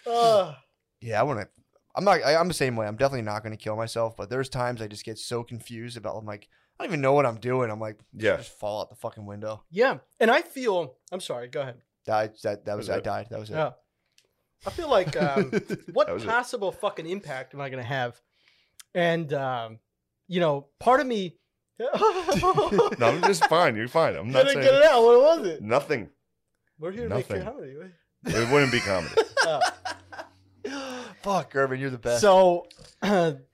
Uh,
Ah. yeah, I want to. I'm not. I, I'm the same way. I'm definitely not going to kill myself. But there's times I just get so confused about. I'm like, I don't even know what I'm doing. I'm like,
Yeah.
just fall out the fucking window.
yeah, and I feel. I'm sorry. Go ahead.
Died. That that was.
Was
I
it?
died. That was it.
Yeah. I feel like um, what
That was it.
possible fucking impact am I going to have? And um, you know, part of me.
No, I'm just fine. You're fine. I'm not
Couldn't get
saying
it out. What was it?
nothing.
We're here to
Nothing.
make comedy. right?
It wouldn't be comedy.
Oh.
Fuck, Irvin, you're the best.
so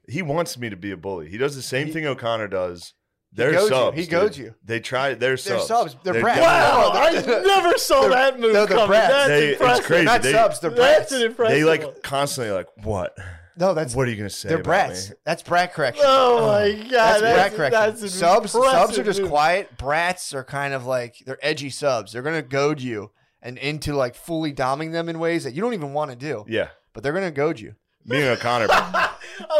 He wants me to be a bully. He does the same
He-
thing O'Connor does. They're
goads you.
subs.
He
dude.
goads you.
They try. They're
They're
subs.
subs. They're brats.
definitely-
Wow,
wow, I
that's-
never saw
they're-
that move
they're the
coming.
brats.
That's
They- it's
impressive.
They're
crazy.
not
They-
subs. They're brats.
That's an impressive.
They
one.
like constantly like what?
no, that's
what are you gonna say?
they're
about
brats.
me?
That's brat correction.
Oh my
that's,
god,
brat
that's, that's,
correction.
an
subs subs are
impressive
just
move.
quiet. Brats are kind of like they're edgy subs. They're gonna goad you and into like fully doming them in ways that you don't even want to do,
Yeah,
but they're gonna goad you.
me and O'Connor.
oh,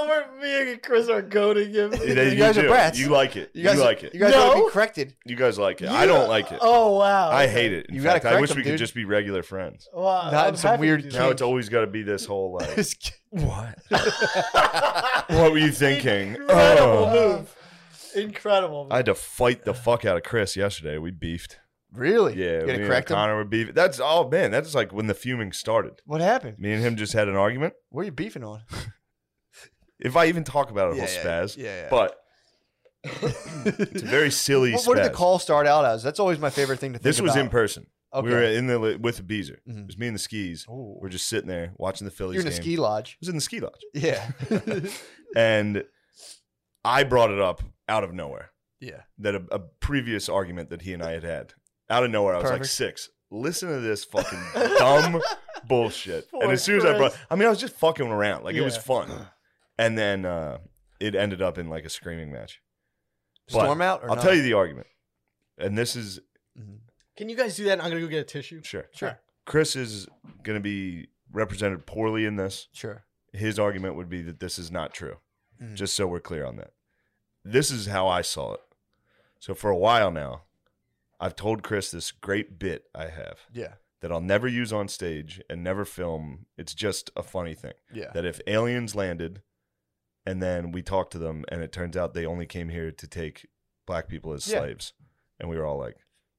we're, me and Chris are goading him.
they-
guys are
do.
brats.
You like it. You,
guys
like it.
You guys gotta
No.
be corrected.
You guys like it. I don't like it.
Oh wow,
I hate it. In
You gotta
fact, I
correct
wish
them,
we
dude.
could just be regular friends.
Wow,
Not
I'm
in some
happy
weird
to do
kink.
Now it's always got to be this whole like, what? what were you thinking?
Incredible
Oh.
move. Incredible. Move.
I had to fight the fuck out of Chris yesterday. We beefed.
really?
Yeah,
You
me
gotta correct
and
them.
Connor were beefing. That's oh man, that's like when the fuming started.
What happened?
Me and him just had an argument.
What are you beefing on?
If I even talk about it,
Yeah,
I'll
yeah,
spaz.
yeah, yeah.
But it's a very silly.
What, what did the
spaz.
call start out as? That's always my favorite thing to think
This was
about.
in person.
Okay.
We were in the li- with the Beezer.
Mhm.
It was me and the skis.
Ooh.
We're just sitting there watching the Phillies
You're in a
game.
ski lodge.
It was in the ski lodge,
Yeah.
and I brought it up out of nowhere
yeah.
that a, a previous argument that he and I had had out of nowhere. I was like
Perfect.
six. Listen to this fucking dumb bullshit.
Poor
and as soon as I brought,
Chris.
I mean, I was just fucking around. Like it was
Yeah.
fun, and then uh, it ended up in like a screaming match. But
Storm out or
I'll tell you the argument, and this is
Can you guys do that? And I'm gonna go get a tissue.
sure.
Sure.
Chris is going to be represented poorly in this.
Sure.
his argument would be that this is not true.
Mhm.
Just so we're clear on that. This is how I saw it. So for a while now, I've told Chris this great bit I have
Yeah.
that I'll never use on stage and never film. It's just a funny thing.
Yeah.
That if aliens landed and then we talked to them and it turns out they only came here to take black people as
Yeah.
slaves. And we were all like,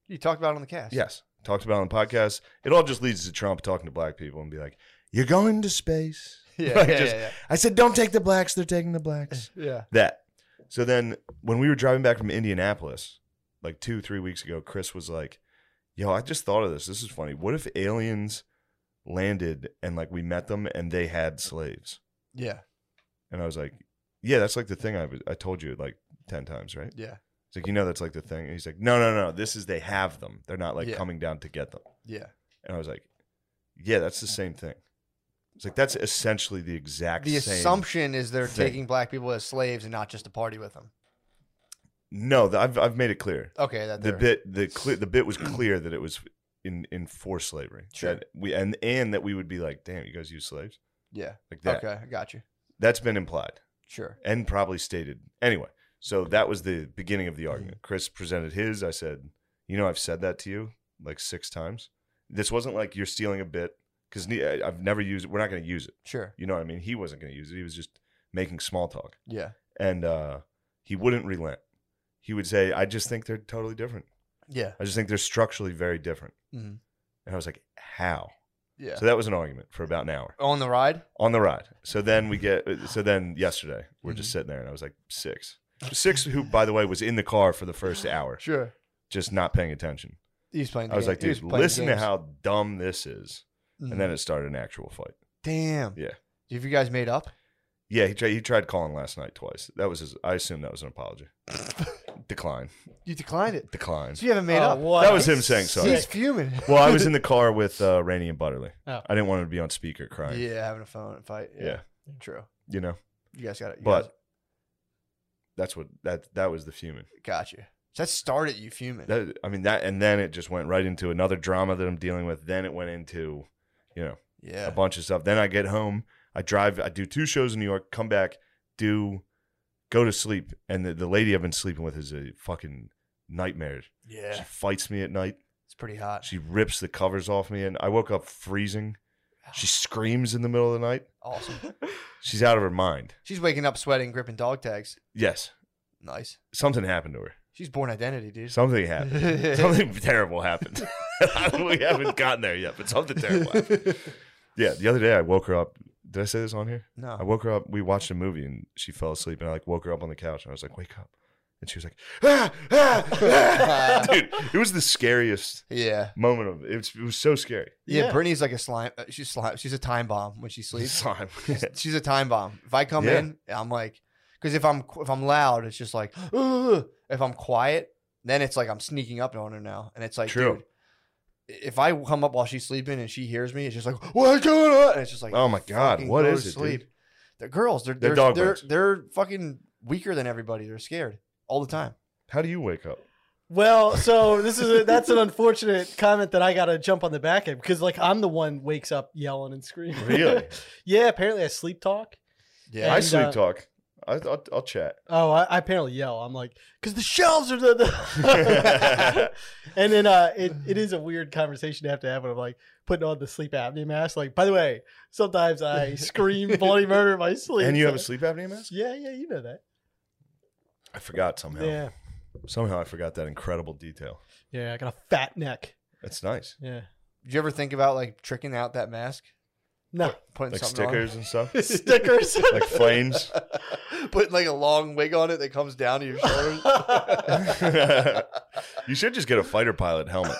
You talked about it on the cast.
Yes. Talked about on the podcast. It all just leads to Trump talking to black people and be like, You're going to space.
Yeah.
Like,
yeah,
just-
yeah,
I said, Don't take the blacks, they're taking the blacks
yeah. Yeah.
that. So then when we were driving back from Indianapolis, like two, three weeks ago, Chris was like, Yo, I just thought of this. This is funny. What if aliens landed and like we met them and they had slaves?
Yeah.
And I was like, Yeah, that's like the thing I was I told you like ten times, right?
Yeah.
It's like, you know that's like the thing. And he's like, No, no, no, this is they have them. They're not like
Yeah.
coming down to get them.
Yeah.
And I was like, Yeah, that's the same thing. It's like that's essentially the exact
The
same
assumption is they're
thing.
taking black people as slaves and not just to party with them.
No, th- I've I've made it clear.
Okay. That
the
they're-
bit the cle the bit was clear that it was in in for slavery
Sure.
that we and and that we would be like damn you guys use slaves
Yeah.
like that
Okay. I got you.
that's been implied
Sure.
and probably stated anyway so that was the beginning of the
Mm-hmm.
argument chris presented his i said you know i've said that to you like six times this wasn't like you're stealing a bit because I've never used it. We're not going to use it.
Sure.
You know what I mean? He wasn't going to use it. He was just making small talk,
Yeah.
and uh, he wouldn't relent. He would say, "I just think they're totally different.
Yeah.
I just think they're structurally very different."
Mhm.
And I was like, "How?"
Yeah.
So that was an argument for about an hour
On the ride.
on the ride. So then we get. So then yesterday, we're
Mm-hmm.
just sitting there, and I was like, six, six. Who, by the way, was in the car for the first hour,
Sure.
just not paying attention.
He was playing.
I was
game-
like,
he
dude,
playing
listen to
games.
how dumb this is.
Mhm.
And then it started an actual fight.
Damn.
Yeah.
Have you guys made up?
Yeah, he tried. He tried calling last night twice. That was his. I assume that was an apology. Decline.
You declined it.
Decline.
So you haven't made
Oh,
up.
what
That was
a
him saying sorry.
He's
sick-
fuming.
Well, I was in the car with uh, Rainey and Butterly.
Oh.
I didn't want him to be on speaker crying.
Yeah, having a phone fight. Yeah.
Yeah.
True.
You know,
You guys got it. You
But-
guys-
that's what that that was the fuming.
gotcha. So that started you fuming.
That I mean that, and then it just went right into another drama that I'm dealing with. Then it went into, you know, a
yeah.
bunch of stuff. Then I get home, I drive, I do two shows in New York, come back, do, go to sleep, and the, the lady I've been sleeping with is a fucking nightmare. She
Yeah.
fights me at night.
It's pretty hot.
She rips the covers off me, and I woke up freezing. She screams in the middle of the night.
Awesome.
She's out of her mind.
She's waking up sweating, gripping dog tags.
Yes,
Nice.
something happened to her.
She's born identity, dude.
Something happened. Something terrible happened. we haven't gotten there yet, but something terrible. Happened. Yeah, the other day I woke her up. Did I say this on here? I
no.
woke her up. We watched a movie and she fell asleep. And I like woke her up on the couch and I was like, "Wake up!" And she was like, "Ah, ah, ah." dude, it was the scariest
Yeah.
moment of it. Was, it was so scary.
Yeah,
Yeah.
Brittany's like a slime. uh, She's slime. She's a time bomb when she sleeps.
Slime.
she's a time bomb. If I come
Yeah.
in, I'm like, because if I'm if I'm loud, it's just like, "Ugh." if I'm quiet, then it's like I'm sneaking up on her now, and it's like,
True.
dude, if I come up while she's sleeping and she hears me, it's just like, what's going on? And it's just like,
oh my god,
fucking
what
go
is
to
it, dude?
The girls, they're
They're
they're
dog
they're,
birds.
they're fucking weaker than everybody. They're scared all the time.
How do you wake up?
Well, so this is a, that's an unfortunate comment that I got to jump on the back end because like I'm the one wakes up yelling and screaming.
Really?
yeah. Apparently, I sleep talk.
Yeah,
I
And,
sleep
uh,
talk. I, I'll, I'll chat.
Oh, I, I apparently yell. I'm like, because the shelves are the. the and then uh, it, it is a weird conversation to have to have when I'm like putting on the sleep apnea mask. Like, by the way, sometimes I scream bloody murder in my sleep.
And you have a
So-
sleep apnea mask?
Yeah, yeah, you know that.
I forgot somehow.
Yeah,
Somehow I forgot that incredible detail.
yeah. I got a fat neck.
That's nice.
Yeah.
did you ever think about like tricking out that mask,
No
putting
Like
something on?
stickers and stuff.
stickers.
like flames.
putting like a long wig on it that comes down to your shoulders?
you should just get a fighter pilot helmet.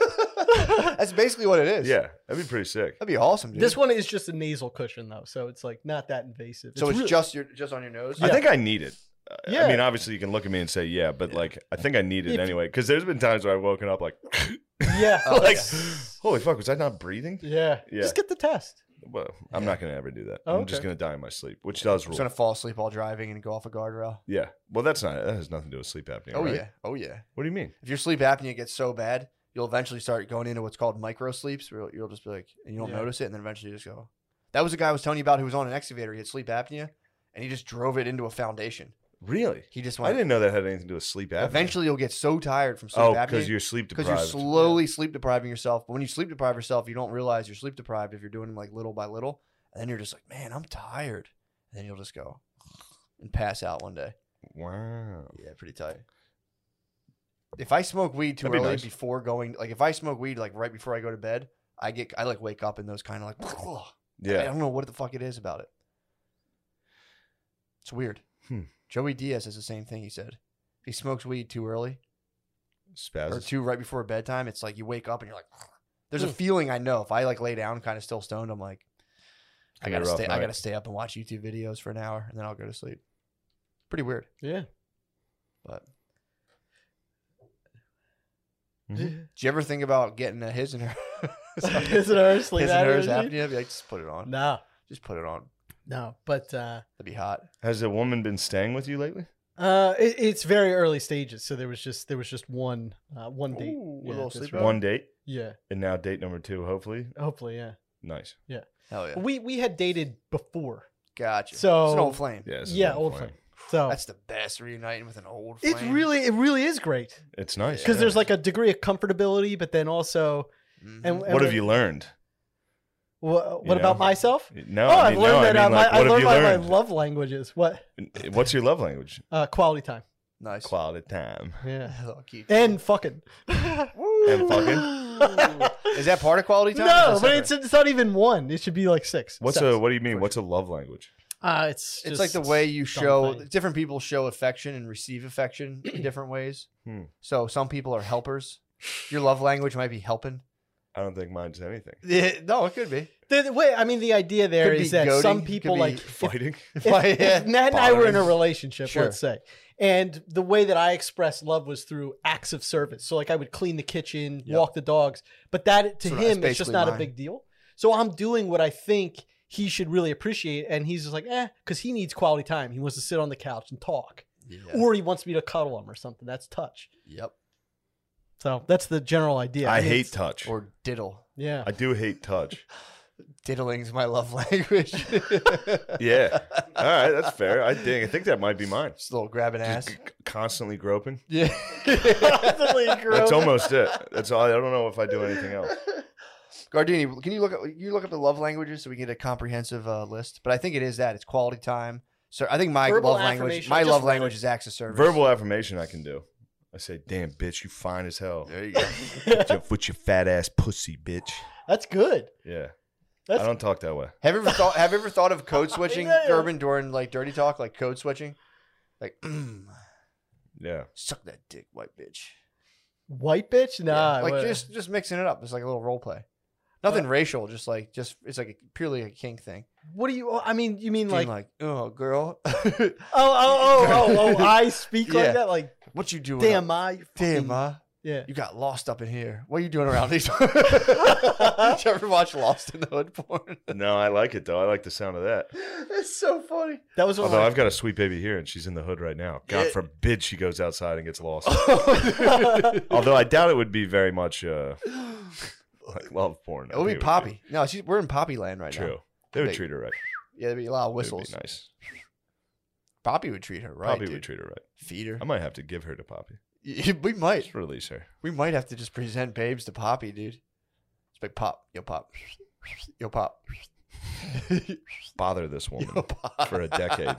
That's basically what it is.
Yeah, that'd be pretty sick.
that'd be awesome. Dude.
This one is just a nasal cushion though, so it's like not that invasive.
so it's,
really-
just your just on your nose.
I think I need it. Uh, I
Yeah.
mean, obviously, you can look at me and say, yeah, but like, I think I need it
If-
anyway. Because there's been times where I've woken up like,
yeah,
Oh,
like, holy fuck, was I not breathing?
yeah,
Yeah.
Just get the test.
Well, I'm not going to ever do that.
Oh,
I'm just
okay.
going to die in my sleep, which does
I'm
rule.
just gonna fall asleep while driving and go off a guardrail.
Yeah. Well, that's not, that has nothing to do with sleep apnea.
Oh
right?
yeah, oh yeah.
What do you mean?
If your sleep apnea gets so bad, you'll eventually start going into what's called micro sleeps. Where you'll- you'll just be like, and you don't
Yeah.
notice it, and then eventually you just go. That was a guy I was telling you about who was on an excavator. He had sleep apnea, and he just drove it into a foundation.
Really?
He just
I
went.
didn't know that had anything to do with sleep apnea.
Eventually, you'll get so tired from sleep
oh,
apnea
because you're sleep
because you're
deprived.
slowly sleep depriving yourself. But when you sleep deprive yourself, you don't realize you're sleep deprived if you're doing them like little by little, and then you're just like, man, I'm tired, and then you'll just go and pass out one day.
wow.
Yeah, pretty tight. If I smoke weed too
That'd be
early
nice.
before going, like if I smoke weed like right before I go to bed, I get I like wake up in those kind of like I
Yeah.
don't know what the fuck it is about it. It's weird.
Hmm.
Joey Diaz is the same thing. He said if he smokes weed too early, or
Spasms.
two right before bedtime, it's like you wake up and you're like, there's a
Hmm.
feeling I know. If I like lay down, kind of still stoned, I'm like, I
Gonna be a
gotta
rough
stay.
night.
I gotta stay up and watch YouTube videos for an hour, and then I'll go to sleep. Pretty weird,
Yeah.
but
Mhm.
did you ever think about getting a his and her?
Is it our sleep
his and hers
apnea?
apnea? Be like, just put it on.
No,
Just put it on.
no, but uh,
That'd be hot.
Has a woman been staying with you lately?
uh, it, it's very early stages, so there was just there was just one uh, one date.
Ooh, a
yeah,
little
just
sleepover?
right.
One date,
Yeah,
and now date number two, hopefully.
hopefully, yeah.
Nice.
Hell yeah.
We we had dated before,
Gotcha.
So-
it's an old flame.
Yeah, this is
yeah,
a
old
plan.
flame. So
That's the best reuniting with an old. Flame.
it's really it really is great
It's nice.
because
yeah.
there's like a degree of comfortability, but then also
Mhm.
and, and
what have
when-
you learned?
What, what
know?
about myself?
No,
oh,
I
I've
mean,
learned
no,
that.
I mean, like, what
uh, my, I
have
learned
you
my, my
learned?
love languages. What?
What's your love language?
Uh, quality time.
Nice.
Quality time.
Yeah.
Oh, cute.
And fucking.
And fucking.
Is that part of quality time?
no, but it's it's not even one. It should be like six.
What's
Sex.
a? What do you mean? What's a love language?
Uh, it's
it's
just-
like the way you show
thing.
different people show affection and receive affection in different ways.
Hmm.
So some people are helpers. Your love language might be helping.
I don't think mine's anything.
Yeah, no, it could be.
The, the way I mean, the idea there
Could be
is that some
goading, could
people
be-
like if-
Fighting.
if,
Like, yeah.
if Matt and I were in a
Bothering.
relationship,
Sure.
let's say, and the way that I expressed love was through acts of service. So like I would clean the kitchen,
Yeah.
walk the dogs, but that to
So that's
him it's just
basically
not a
mine.
big deal. So I'm doing what I think he should really appreciate, and he's just like, eh, because he needs quality time. He wants to sit on the couch and talk, or he wants me to cuddle him or something. That's touch.
Yep.
So that's the general idea.
I
mean,
hate
it's-
touch.
Or diddle.
Yeah.
I do hate touch.
Diddling's my love language.
Yeah. All right, that's fair. I think I think that might be mine.
Just a little grabbing ass.
Just c- constantly groping.
yeah.
That's almost it. That's all. I don't know if I do anything else.
Gardini, can you look up you look up the love languages so we can get a comprehensive uh, list? But I think it is that it's quality time. So I think my
Verbal
love language
affirmation.
my
I just
love
read
language
it.
is acts of service.
Verbal affirmation I can do. I say, "Damn, bitch, you fine as hell."
There you go.
With your- With your fat ass pussy, bitch.
That's good.
Yeah.
That's
I don't talk that way.
Have you ever thought? Have you ever thought of code switching,
Yeah.
Durbin, during like dirty talk, like code switching, like mm,
Yeah.
suck that dick, white bitch.
white bitch.
Yeah.
Nah,
like
what-
just just mixing it up. It's like a little role play. Nothing racial, just like just it's like a, purely a kink thing.
What do you? I mean, you mean
Like,
like?
like oh girl,
oh, oh, oh, oh, oh! I speak
Yeah.
like that. Like,
what you doing?
damn,
up-
I, you
damn,
fucking-
ma,
yeah.
you got lost up in here. What are you doing around these? Did you ever watch Lost in the Hood porn?
No, I like it though. I like the sound of that.
That's so funny.
That was one.
Although I've
Of
got a sweet baby here and she's in the hood right now. God
Yeah.
forbid she goes outside and gets lost.
my...
Although I doubt it would be very much uh, like love porn. I
It would be
think
Poppy. No, she's, we're in Poppy land right now.
True. They would
They-
treat her right.
Yeah, there'd be a lot of
It would
whistles.
be nice.
Poppy would treat her right.
Poppy would
dude.
treat her right.
feed her.
I might have to give her to Poppy.
we might,
Just release her.
we might have to just present babes to Poppy, dude. It's like pop, yo pop, yo pop,
Bother this woman
yo pop.
for a decade.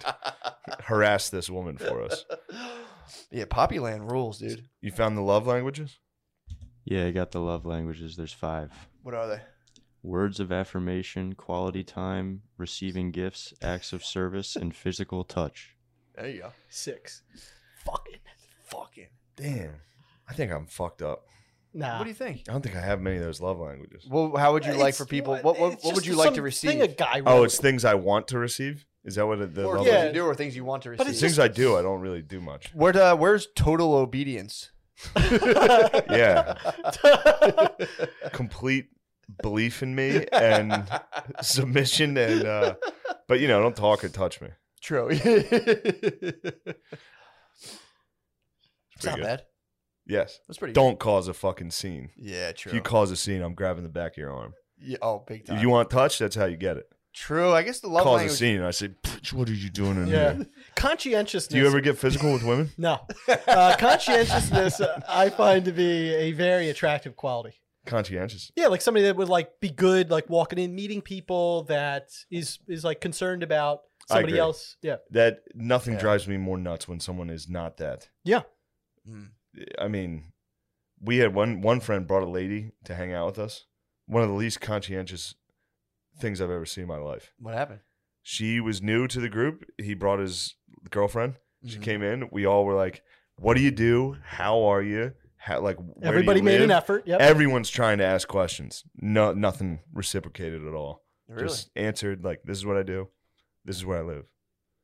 Harass this woman for us.
yeah, Poppy Land rules, dude.
You found the love languages?
Yeah, I got the love languages. There's five
What are they?
words of affirmation, quality time, receiving gifts, acts of service, and physical touch.
There you go.
six.
Fucking, fucking.
Damn. I think I'm fucked up.
Nah.
What do you think?
I don't think I have many of those love languages.
Well, how would you like
It's-
for people? What what,
it's
what would
just
you like
some
to receive?
Thing a guy.
Oh,
wrote.
it's things I want to receive? Is that what it- the
or
love
things
yeah.
language-
you do, or things you want to receive.
But it's
Things I do, I don't really do much.
Where to, where's total obedience?
Yeah. Complete belief in me and submission and uh but you know, don't talk or touch me.
True. it's
pretty
not
good.
bad.
Yes.
That's pretty.
Don't cause a fucking scene.
Yeah,
If
true.
you cause a scene, I'm grabbing the back of your arm.
yeah, oh, big time.
If you want touch, that's how you get it.
true. I guess the love
cause a
language.
scene and I say, "Bitch, what are you doing in
Yeah.
here?
Conscientiousness.
Mm-hmm. Do you ever get physical with women?
No. Uh, conscientiousness, uh, I find to be a very attractive quality.
Conscientious.
Yeah, like somebody that would like be good, like walking in, meeting people that is is like concerned about
I
somebody
agree.
else. Yeah.
That nothing
Yeah.
drives me more nuts when someone is not that.
Mm.
I mean, we had one one friend brought a lady to hang out with us. One of the least conscientious things I've ever seen in my life.
What happened?
She was new to the group. He brought his girlfriend. She
Mhm.
came in. We all were like, "What do you do? How are you? How like where do you
Everybody made an
live?"
effort. Yep.
Everyone's trying to ask questions. No, nothing reciprocated at all.
Really?
Just answered like, "This is what I do. This is where I live."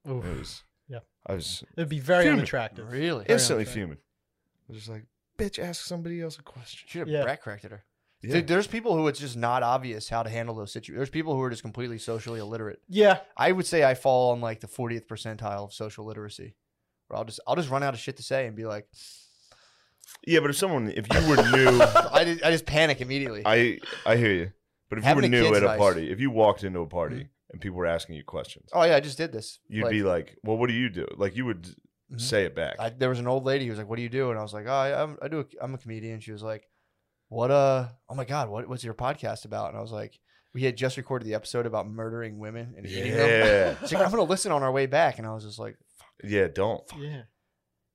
Oof.
It was.
Yeah.
I was
It'd be very
Fuming.
unattractive.
really?
Very
instantly
unfair.
fuming. I was just like, "Bitch, ask somebody else a question."
Should have
Yeah.
back corrected her.
Yeah.
Dude, there's people who it's just not obvious how to handle those situations. There's people who are just completely socially illiterate.
Yeah.
I would say I fall on like the 40th percentile of social literacy, where I'll just I'll just run out of shit to say and be like,
Yeah, but if someone, if you were new,
I just, I just panic immediately.
I I hear you. But if
Having a
you were new
kid's
at a
nice.
party, if you walked into a party and people were asking you questions,
oh yeah, I just did this.
you'd be like, "Well, what do you do?" Like you would
Mhm.
say it back.
I, there was an old lady who was like, "What do you do?" And I was like, "Oh, I, I'm, I do. A, I'm a comedian." She was like, what uh oh my god, what was your podcast about? And I was like, we had just recorded the episode about murdering women and eating them.
Yeah.
She's like, I'm gonna listen on our way back, and I was just like,
yeah, don't.
Yeah.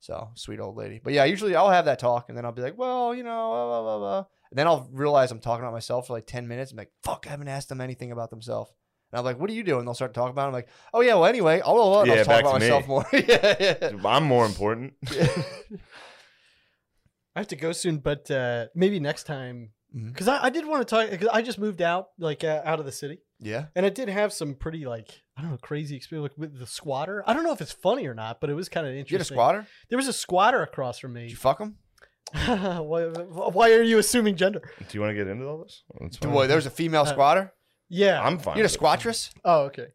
so sweet old lady. But yeah, usually I'll have that talk, and then I'll be like, well, you know, blah, blah, blah, blah. and then I'll realize I'm talking about myself for like ten minutes. I'm like, fuck, I haven't asked them anything about themselves. And I'm like, what are you doing? They'll start talking about. It. I'm like, oh yeah, well anyway, I'll, I'll, I'll
Yeah,
talk
back
about
to me.
myself more. yeah, yeah.
I'm more important.
I have to go soon, but uh, maybe next time.
Mm-hmm.
Mhm.
Because I, I did want to talk. Because I just moved out, like uh, out of the city,
yeah.
and I did have some pretty, like, I don't know, crazy experience like, with the squatter. I don't know if it's funny or not, but it was kind of
You had a
interesting.
squatter?
There was a squatter across from
Did
me.
you fuck him?
why, why are you assuming gender?
Do you want to get into all this? That's fine.
Boy, there was a female
Uh,
squatter.
Yeah.
I'm fine.
You had a
with it.
squattress.
oh, okay.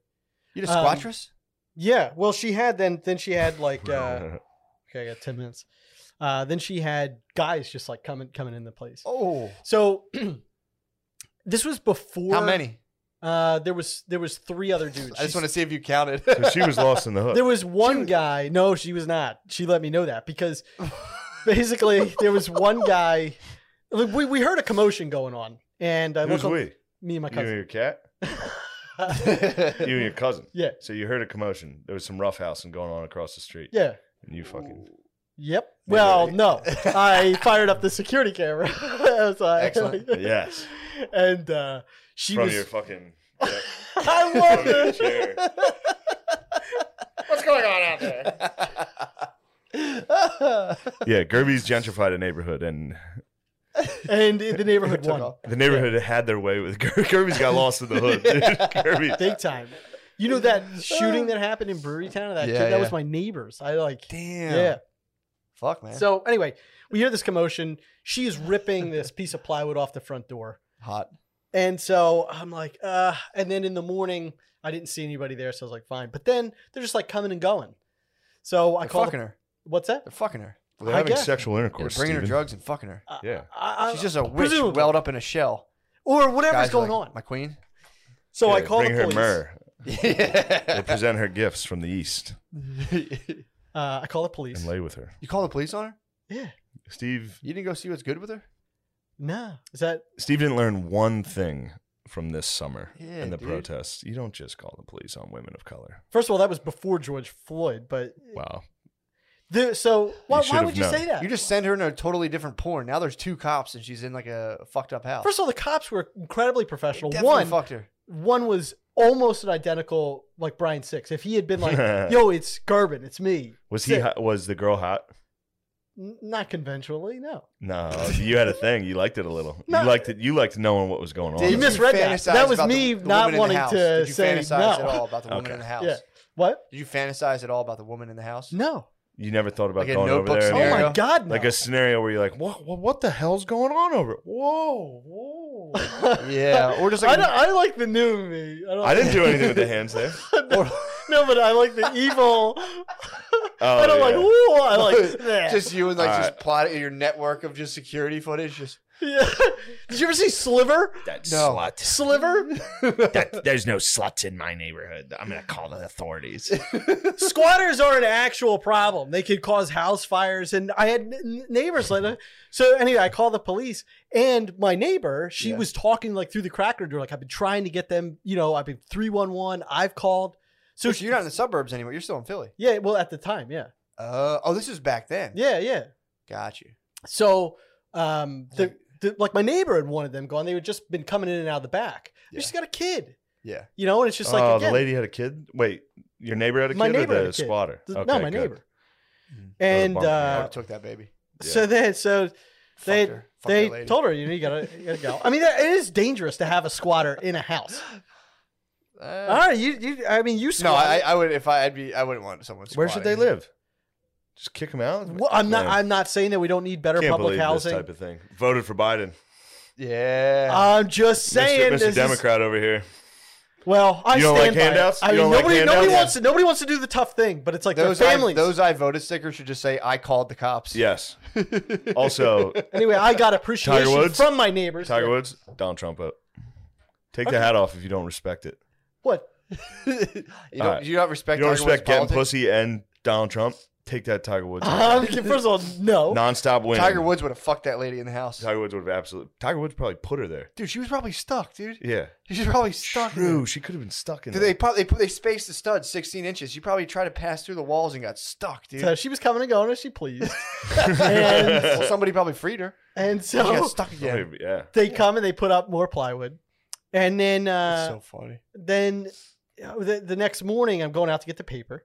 You had a
Um,
squattress.
Yeah. Well, she had then. Then she had like. Uh, Okay, I got ten minutes. Uh, then she had guys just like coming coming in the place.
oh,
So this was before
how many?
Uh, there was there was three other dudes.
I just
She-
want to see if you counted.
So she was lost in the hook.
There was one guy. No, she was not. She let me know that because basically there was one guy. Like we, we heard a commotion going on, and I
Who's
look
we?
over-
You
me and my
and
cousin.
your cat? You and your cousin.
Yeah.
So you heard a commotion. There was some roughhousing going on across the street.
Yeah.
And you fucking.
Yep. Well,
Maybe.
no. I fired up the security camera. So I-
Excellent.
Yes.
And uh, she
From
was.
your fucking. yeah,
I
from
love
your
it.
chair.
What's going on out there?
Yeah, Gerby's gentrified a neighborhood, and
And the neighborhood
Took
won
off.
the neighborhood had their way with Ger- Gerby's got lost in the hood. dude. Kirby-
big time. You know that shooting that happened in Brewery Town? That
Yeah,
kid, that
yeah.
was my neighbors. I like.
Damn.
yeah.
Fuck, man.
So anyway, we hear this commotion. She is ripping this piece of plywood off the front door.
Hot.
And so I'm like, uh, and then in the morning, I didn't see anybody there, so I was like, fine. But then they're just like coming and going. So I
They're
call
fucking her.
what's that?
They're fucking her.
They're
I
having
guess.
sexual
They're
intercourse.
bringing her
Steven.
drugs and fucking her.
Yeah.
I, I,
She's just a witch
presumably.
welled up in a shell.
or whatever's
Guys are
going
like,
on.
My queen.
So I
Yeah,
call the
bring her
police.
myrrh. They
yeah.
present her gifts from the east
you
Uh, I call the police.
and lay with her.
call the police on her?
yeah.
Steve
You didn't go see what's good with her?
Nah. Is that
Steve didn't learn one thing from this summer
Yeah,
and the
dude.
protests. You don't just call the police on women of color.
first of all, that was before George Floyd, but
Wow.
the, so why,
should
why
have
would you
known.
say that?
You just send her in a totally different porn. Now there's two cops and she's in like a fucked up house.
First of all, the cops were incredibly professional.
Definitely
One,
fucked her.
one was almost an identical like Brian Six. If he had been like, "Yo, it's Garbin, it's me,"
Was he? Hot, was the girl hot?
N- not conventionally, no.
No, you had a thing. You liked it a little.
No.
You liked it. You liked knowing what was going on.
Did
You misread that.
fantasize
That was
about the-
me
the
not
woman in the
wanting
house?
to
Did you
say
fantasize
no.
at all about the woman in the house?
Yeah. What?
Did you fantasize at all about the woman in the house?
No.
You never thought about
Like a
going over
notebook
there. and-
scenario?
Oh
go.
my God, no.
Like a scenario where you're like, what, what, what the hell's going on over? it? Whoa, whoa.
Yeah, or just
I,
like
don't, I like the new me. I, don't
I didn't do anything with the hands there.
no, but I like the evil.
Oh,
I don't like.
yeah.
Ooh, I like. that.
just you and like
All
just
right.
plot your network of just security footage. Just
Yeah. Did you ever see Sliver?
That
No.
slut.
Sliver,
That, there's no sluts in my neighborhood. I'm gonna call the authorities.
squatters are an actual problem. They could cause house fires, and I had n- neighbors like that. So anyway, I called the police, and my neighbor, she
Yeah.
was talking like through the cracker door, like I've been trying to get them. You know, I've been three one one. I've called. Oh, So
so you're not in the suburbs anymore. You're still in Philly.
Yeah, well, at the time, yeah,
Uh, oh, this is back then.
yeah, yeah.
Got you.
So, um, the, the like my neighbor had wanted them gone. They had just been coming in and out of the back.
Yeah.
She's got a kid,
Yeah.
you know, and it's just like
oh,
again,
the lady had a kid? Wait, your neighbor had a
My
kid
neighbor
or
had
the
a kid.
squatter?
th- no, my
good.
neighbor.
Mhm.
And
Oh, the bump.
I would
uh,
have took that baby.
so then, so
Fucked
they
her. Fucked
they
that lady.
told her you, know, you gotta you gotta go. I mean, that, it is dangerous to have a squatter in a house.
Uh,
All right, you, you I mean, you
no,
squatter.
I, I would if I, I'd be I wouldn't want someone.
Where should they
squatting.
live? Just kick them out?
Well, I'm not.
Man,
I'm not saying that we don't need better
can't
public
believe
housing.
This type of thing. Voted for Biden.
Yeah.
I'm just saying,
Mr.
this
Mr.
is-
Democrat over here.
well, I
You don't like
stand by it.
handouts?
I
You
mean,
don't like
nobody, nobody
handouts?
wants to. Nobody wants to do the tough thing, but it's like
those
their
I,
families.
those I voted stickers should just say I called the cops.
Yes. Also,
Anyway, I got appreciation
Tiger Woods?
from my neighbors.
Tiger Woods, Donald Trump up. Take the hat off if you don't respect it.
What?
you don't
All right.
you don't respect
You
Tiger
don't
Woods'
respect getting
politics?
pussy and Donald Trump. Take that Tiger Woods.
Um, first of all, no.
Nonstop win.
Tiger Woods would have fucked that lady in the house.
Tiger Woods would have absolutely. Tiger Woods probably put her there.
Dude, she was probably stuck, dude.
Yeah.
She was probably stuck.
True. She could have been stuck in.
Dude, Dude,
there.
they probably they, they spaced the studs 16 inches. She probably tried to pass through the walls and got stuck, dude.
So she was coming and going as she pleased. and,
well, somebody probably freed her.
and
She got
so
stuck again.
Somebody- yeah.
they come and they put up more plywood. And then uh,
That's so funny.
then uh, the, the next morning I'm going out to get the paper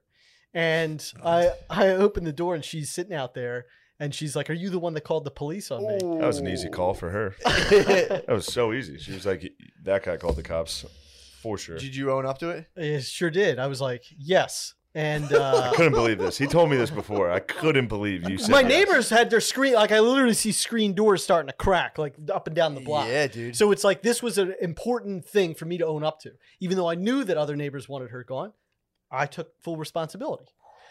and I I open the door and she's sitting out there and she's like, Are you the one that called the police on me?
Oh.
That was an easy call for her.
Did
That was so easy. She was like, "That guy called the cops for sure."
you own up to it?
I sure did. I was like, Yes. And uh,
I couldn't believe this. He told me this before. I couldn't believe you said
my
that.
neighbors had their screen like I literally see screen doors starting to crack like up and down the block.
Yeah, dude.
So it's like this was an important thing for me to own up to. Even though I knew that other neighbors wanted her gone, I took full responsibility.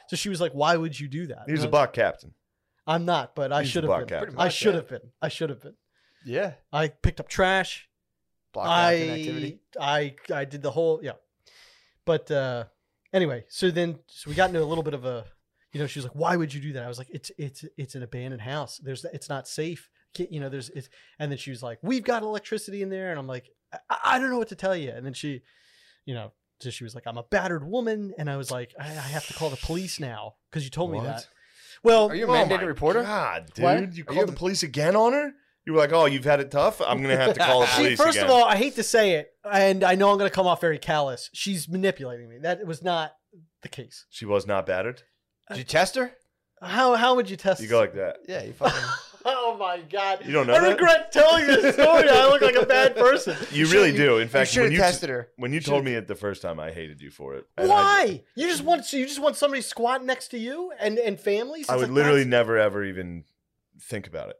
So she was like, Why would you do that?
He was a
And I was like,
block captain.
I'm not, but I
He's the
should have
block
been.
captain.
I
much,
should
yeah.
have been. I should have been.
yeah.
I picked up trash.
Block
I
acting activity.
I I did the whole yeah. But uh anyway, so then so we got into a little bit of a you know, she was like, "Why would you do that?" I was like, "It's it's it's an abandoned house. There's it's not safe. Ki- You know, there's it's." And then she was like, "We've got electricity in there," and I'm like, I, "I don't know what to tell you." And then she, you know, so she was like, "I'm a battered woman," and I was like, "I, I have to call the police now because you told
What?
me that." Well,
Are you a mandated
Oh my
reporter?
God, dude,
What?
you
Are
called
you-
the police again on her? You were like, "Oh, you've had it tough. I'm gonna have to call the
She-
police."
She, first
again.
of all, I hate to say it, and I know I'm going to come off very callous. She's manipulating me. That was not the case.
she was not battered.
Did you test her?
How how would you test?
You go like that.
Yeah, you fucking.
oh my god!
You don't know
I
that?
regret telling you this story. I look like a bad person.
You really
should-
do. In
you
fact,
should
when
have
you
tested her.
when you told me it the first time, I hated you for it. And I-
Why? You just want so you just want somebody squatting next to you and and families.
I,
It's
would
like,
literally
that's-
never ever even think about it.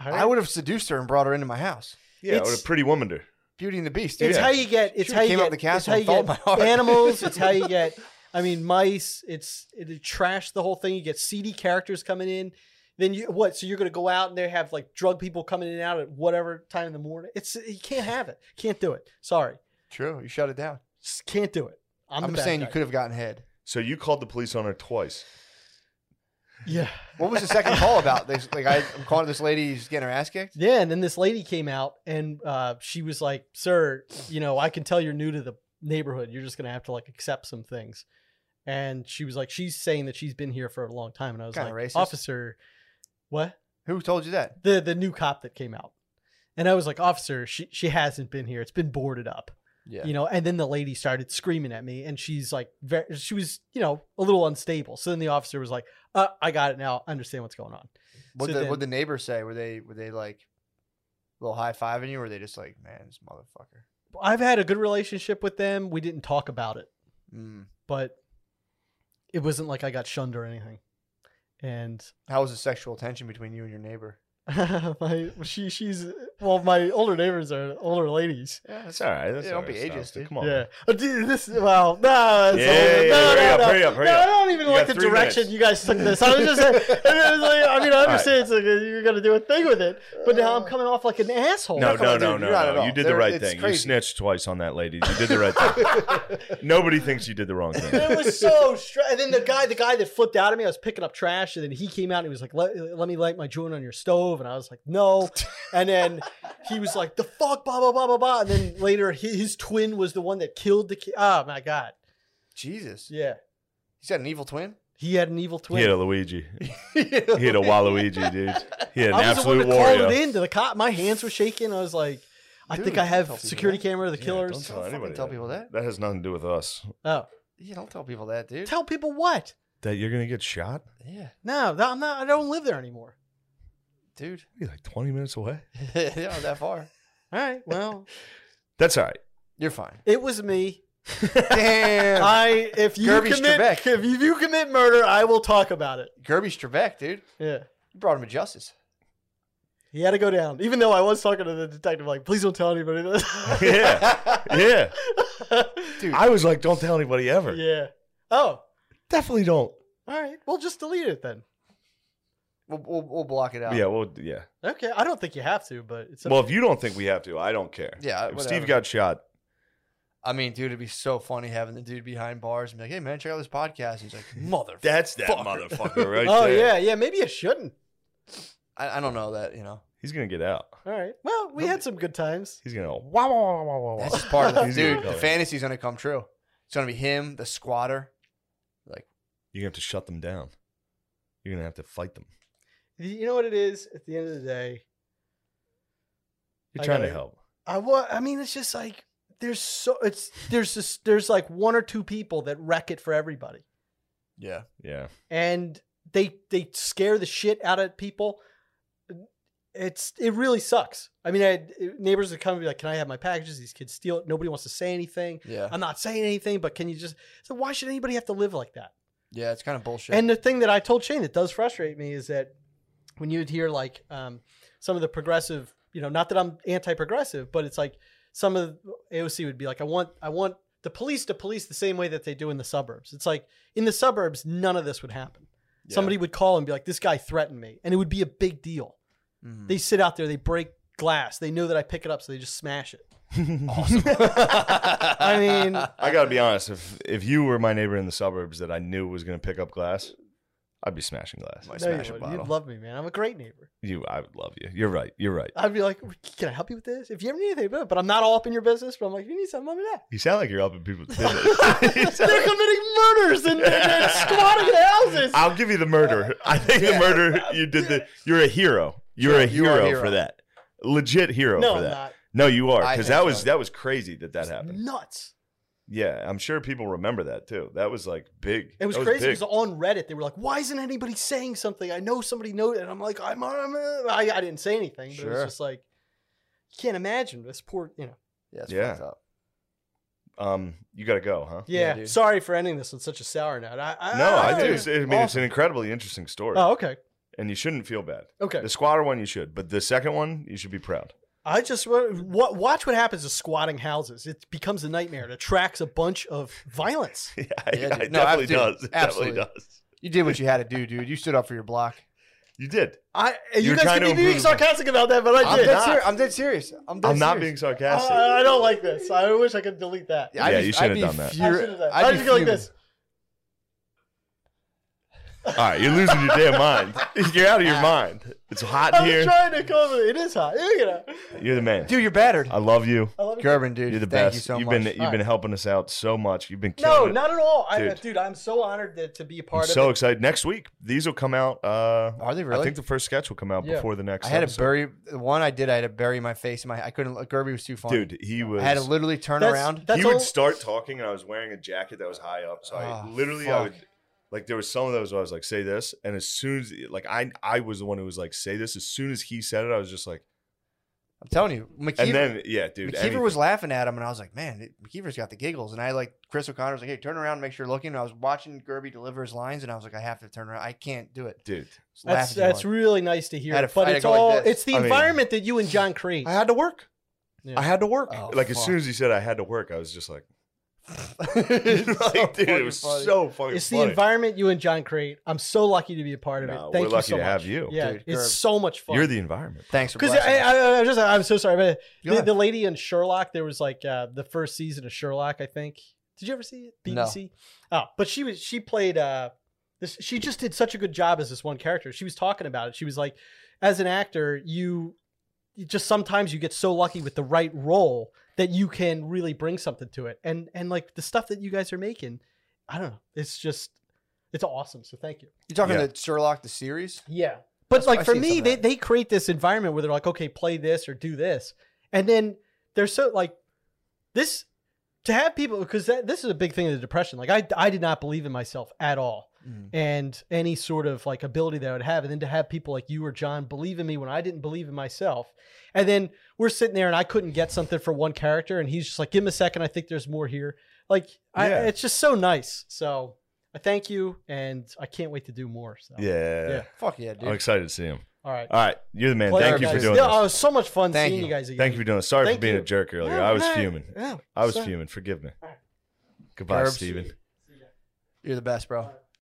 All right.
I would have seduced her and brought her into my house.
Yeah, I
It's-
would have pretty womaned her.
Beauty and the Beast. Dude.
It's
Yeah.
how you get. It's
Should've
how you
came
get.
out the castle
it's
and
how you
thawed
get
my heart.
animals. it's how you get. I mean, mice. It's it trash the whole thing. You get seedy characters coming in. Then you what? So you're gonna go out and they have like drug people coming in and out at whatever time in the morning. It's you can't have it. Can't do it. Sorry,
True. You shut it down.
Just can't do it. I'm,
I'm,
the bad
saying you
guy.
could have gotten head.
So you called the police on her twice.
Yeah,
What was the second call about? They, like I, I'm calling this lady. She's getting her ass kicked.
yeah. And then this lady came out and uh, she was like, "Sir, you know, I can tell you're new to the neighborhood. You're just gonna have to like accept some things." And she was like, "She's saying that she's been here for a long time." And I was
Kinda
like,
racist.
"Officer, what?"
Who told you that?
the the new cop that came out. And I was like, officer, she she hasn't been here. It's been boarded up,
Yeah.
you know. And then the lady started screaming at me, and she's like, very, she was, you know, a little unstable. So then the officer was like, uh, "I got it now. I understand what's going on."
What
So
the
then-
what the neighbors say? Were they were they like a little high fiving you? Or were they just like, man, this motherfucker?
I've had a good relationship with them. We didn't talk about it,
Mm.
but it wasn't like I got shunned or anything. And
How was the sexual tension between you and your neighbor?
my she she's well, my older neighbors are older ladies.
Yeah,
That's all right. That's
Yeah,
all
don't be
right,
ageist,
Styles.
dude.
Come on.
Yeah. Oh, dude, this well, no, it's
Yeah, yeah, yeah, hurry
no, no,
up,
no.
hurry up, hurry
no,
up.
I don't even
You
like
got
the
three
direction
minutes.
you guys took this. I was just saying, it was like, I mean, I
right.
understand it's like uh, you're gonna do a thing with it, but now I'm coming off like an asshole.
No,
Come
no,
on,
no,
dude,
no,
you're not
no.
at all.
You did the
They're-
right
it's
thing. You
crazy.
snitched twice on that lady. You did the right thing. Nobody thinks you did the wrong thing.
It was so strange. And then the guy, the guy that flipped out at me, I was picking up trash, and then he came out and he was like, "Let, let me light my joint on your stove," and I was like, "No." And then he was like, "The fuck, blah blah blah blah blah." And then later, his, his twin was the one that killed the kid. Oh my god,
Jesus,
yeah,
he's got an evil twin.
he had an evil
He
twin.
had a Luigi. He had a Waluigi, dude. He had an
I was the
absolute
one that called it
warrior.
in to the cop. My hands were shaking. I was like, I
Dude,
think I
don't tell
have
people
security
that.
camera of the
Yeah, don't
killers.
tell
Don't fucking
anybody.
tell people that.
That has nothing to do with us.
oh,
Yeah, don't tell people that, dude.
tell people what?
That you're gonna get shot?
yeah,
No, no, I'm not. I don't live there anymore.
dude.
You're like 20 minutes away.
yeah, not that far.
All right. Well,
That's all right.
You're fine. Uh,
it was me.
Damn,
I if you
Gerby's
commit
Trebek.
if you, if you commit murder, I will talk about it.
Kirby Trebek, dude.
Yeah.
You brought him to justice.
He had to go down, even though I was talking to the detective, like, please don't tell anybody this.
Yeah. Yeah.
Dude,
I was like, don't tell anybody ever.
yeah. Oh,
Definitely don't.
all right. Well, just delete it then.
we'll, we'll, we'll block it out.
Yeah, well, yeah.
Okay. I don't think you have to, but it's
Well, if you don't think we have to, I don't care.
Yeah,
If
whatever.
Steve got shot,
I mean, dude, it'd be so funny having the dude behind bars and be like, "Hey, man, check out this podcast." He's like, "Mother,
That's that
Fucker.
motherfucker right
oh
there.
yeah, yeah. Maybe I shouldn't.
I, I don't know that, you know."
He's gonna get out.
All right. Well, we had some good times.
He's gonna go, wow, wow, wow, wow, wow, wow.
That's just part of the
He's gonna
dude.
go
The
in.
fantasy's gonna come true. It's gonna be him, the squatter.
You're gonna have to shut them down. You're gonna have to fight them.
You know what it is? At the end of the day,
You're
I
trying to
gotta-
help.
I wa- I mean, it's just like there's so it's there's just there's like one or two people that wreck it for everybody,
Yeah,
Yeah.
and they they scare the shit out of people. It's it really sucks. I mean, I, neighbors would come and be like, "Can I have my packages? These kids steal it. Nobody wants to say anything.
yeah,
I'm not saying anything, but can you just?" So why should anybody have to live like that?
yeah. It's kind of bullshit.
And the thing that I told Shane that does frustrate me is that when you would hear like um, some of the progressive, you know, not that I'm anti-progressive, but it's like some of the AOC would be like, I want, I want the police to police the same way that they do in the suburbs. It's like in the suburbs, none of this would happen.
Yeah.
Somebody would call and be like, this guy threatened me, and it would be a big deal.
Mhm.
They sit out there, they break glass, they know that I pick it up, so they just smash it.
Awesome.
I mean,
I gotta be honest. If if you were my neighbor in the suburbs that I knew was gonna pick up glass, I'd be smashing glass.
Might
no, you
smash a
wouldn't.
bottle.
you'd love me, man. I'm a great neighbor.
You, I would love you. You're right. You're right.
I'd be like, can I help you with this? If you ever need anything, but I'm not all up in your business. But I'm like, if you need something, let me know.
You sound like you're helping people.
they're committing murders and they're, they're squatting houses.
I'll give you the murder. I think the murder you did. The you're a hero. You're a
You are a
hero,
hero.
for that. Legit hero
no,
for
I'm
that.
not.
No, you are
I
because
think
that was
so.
that was crazy that that
It's
happened.
Nuts.
Yeah, I'm sure people remember that too. That was like big.
It was
That
crazy
big.
because on Reddit they were like, "Why isn't anybody saying something?" I know somebody knows, and I'm like, "I'm, I'm uh, I, I didn't say anything." But it was
Sure.
just like, you can't imagine this poor, you know.
yeah, it's
Yeah.
fucked up.
Um, you gotta go, huh?
Yeah,
Yeah.
dude.
sorry for ending this on such a sour note. I, I
No, I
I-
think it's, I mean it's an incredibly interesting story,
Oh, okay,
and you shouldn't feel bad.
okay.
The squatter one, you should, but the second one, you should be proud.
I just wa- wa- watch what happens to squatting houses. It becomes a nightmare. It attracts a bunch of violence.
Yeah,
Yeah, dude.
it
No,
definitely
dude,
does. It definitely
absolutely.
does.
You did what you had to do, dude. You stood up for your block.
You did.
I you
You're
guys
trying
can
to
be being
improve-
sarcastic about that, but I
I'm
did.
dead, ser- I'm dead serious. I'm dead
I'm not being
serious.
sarcastic.
Oh, I, I don't like this. I wish I could delete that.
Yeah, you should have done that. I
I should have done. I just feel like this.
All right, you're losing your damn mind. You're out of your mind. It's hot in
I
here.
was trying to cover it. It is hot. You know.
You're the man.
Dude, you're battered.
I love you.
I love it.
Gerben, Uh, dude.
You're the
thank
best.
you so
have
much.
been you've been helping us out so much. You've been
No,
killing it.
not at all. I,
Dude.
dude, I'm so honored to, to be a part
I'm
of
so
it.
excited. Next week, these will come out. Uh,
Are they
I
really?
think the first sketch will come out
Yeah.
before the next.
I had to
episode.
bury the one I did. I had to bury my face. in My I couldn't. look Gerby was too funny.
Dude, he was.
I had to literally turn
That's-
around.
that's
he
all.
would start talking, and I was wearing a jacket that was high up. So I
Oh,
literally, I
fuck.
would like there was some of those where I was like, "Say this," and as soon as like I I was the one who was like, "Say this." As soon as he said it, I was just like,
I'm telling you, McKeever,
and then yeah, dude,
McKeever
anything.
was laughing at him, and I was like, "Man, McKeever's got the giggles." And I like Chris O'Connor was like, "Hey, turn around, and make sure you're looking." And I was watching Gerby deliver his lines, and I was like, "I have to turn around. I can't do it."
dude.
Just
That's
laughing too
that's
hard.
really nice to hear.
I had to- I
but
had to
it's
go like
all
this.
it's the
I mean-
environment that you and John create.
I had to work.
Yeah.
I had to work.
Oh,
like as
fuck.
soon as he said I had to work, I was just like,
It's
like,
so
dude, it
fucking
was
funny.
so fucking
It's the
funny.
environment you and John create. I'm so lucky to be a part of
No,
it. Thank
we're
you
lucky
so
to
much.
have you.
Yeah,
Dude,
it's
Gerb,
so much fun.
You're the environment.
Thanks for
because
blessing
I,
us.
I, I just I'm so sorry, but
Go
the,
ahead.
the lady in Sherlock, there was like uh, the first season of Sherlock, I think. Did you ever see it?
No.
BBC. Oh, but she was she played uh this she just did such a good job as this one character. She was talking about it. She was like, as an actor, you, you just sometimes you get so lucky with the right role that you can really bring something to it. And and like the stuff that you guys are making, I don't know. It's just it's awesome. So thank you.
You're talking
Yeah.
to Sherlock the series?
Yeah. But
That's-
like
I've
for
seen some
me,
of
they,
that.
they create this environment where they're like, okay, play this or do this. And then they're so like this to have people because that, this is a big thing in the depression. Like I I did not believe in myself at all
Mm.
and any sort of like ability that I would have. And then to have people like you or John believe in me when I didn't believe in myself. And then we're sitting there and I couldn't get something for one character and he's just like, give him a second, I think there's more here. Like I,
Yeah.
it's just so nice. So I thank you and I can't wait to do more. So
Yeah.
Yeah.
Fuck yeah, dude.
I'm excited to see him.
all right.
All right. You're the man.
Pleasure,
Thank you for
guys.
doing
yeah,
this.
Oh, it was so much fun
Thank
seeing you.
you.
guys again.
Thank you for doing this. Sorry
Thank
for being
you.
a jerk earlier.
No,
I was
no,
fuming.
yeah,
I was
so-
fuming. Forgive me. Goodbye,
Curbs.
Steven.
You're the best, bro.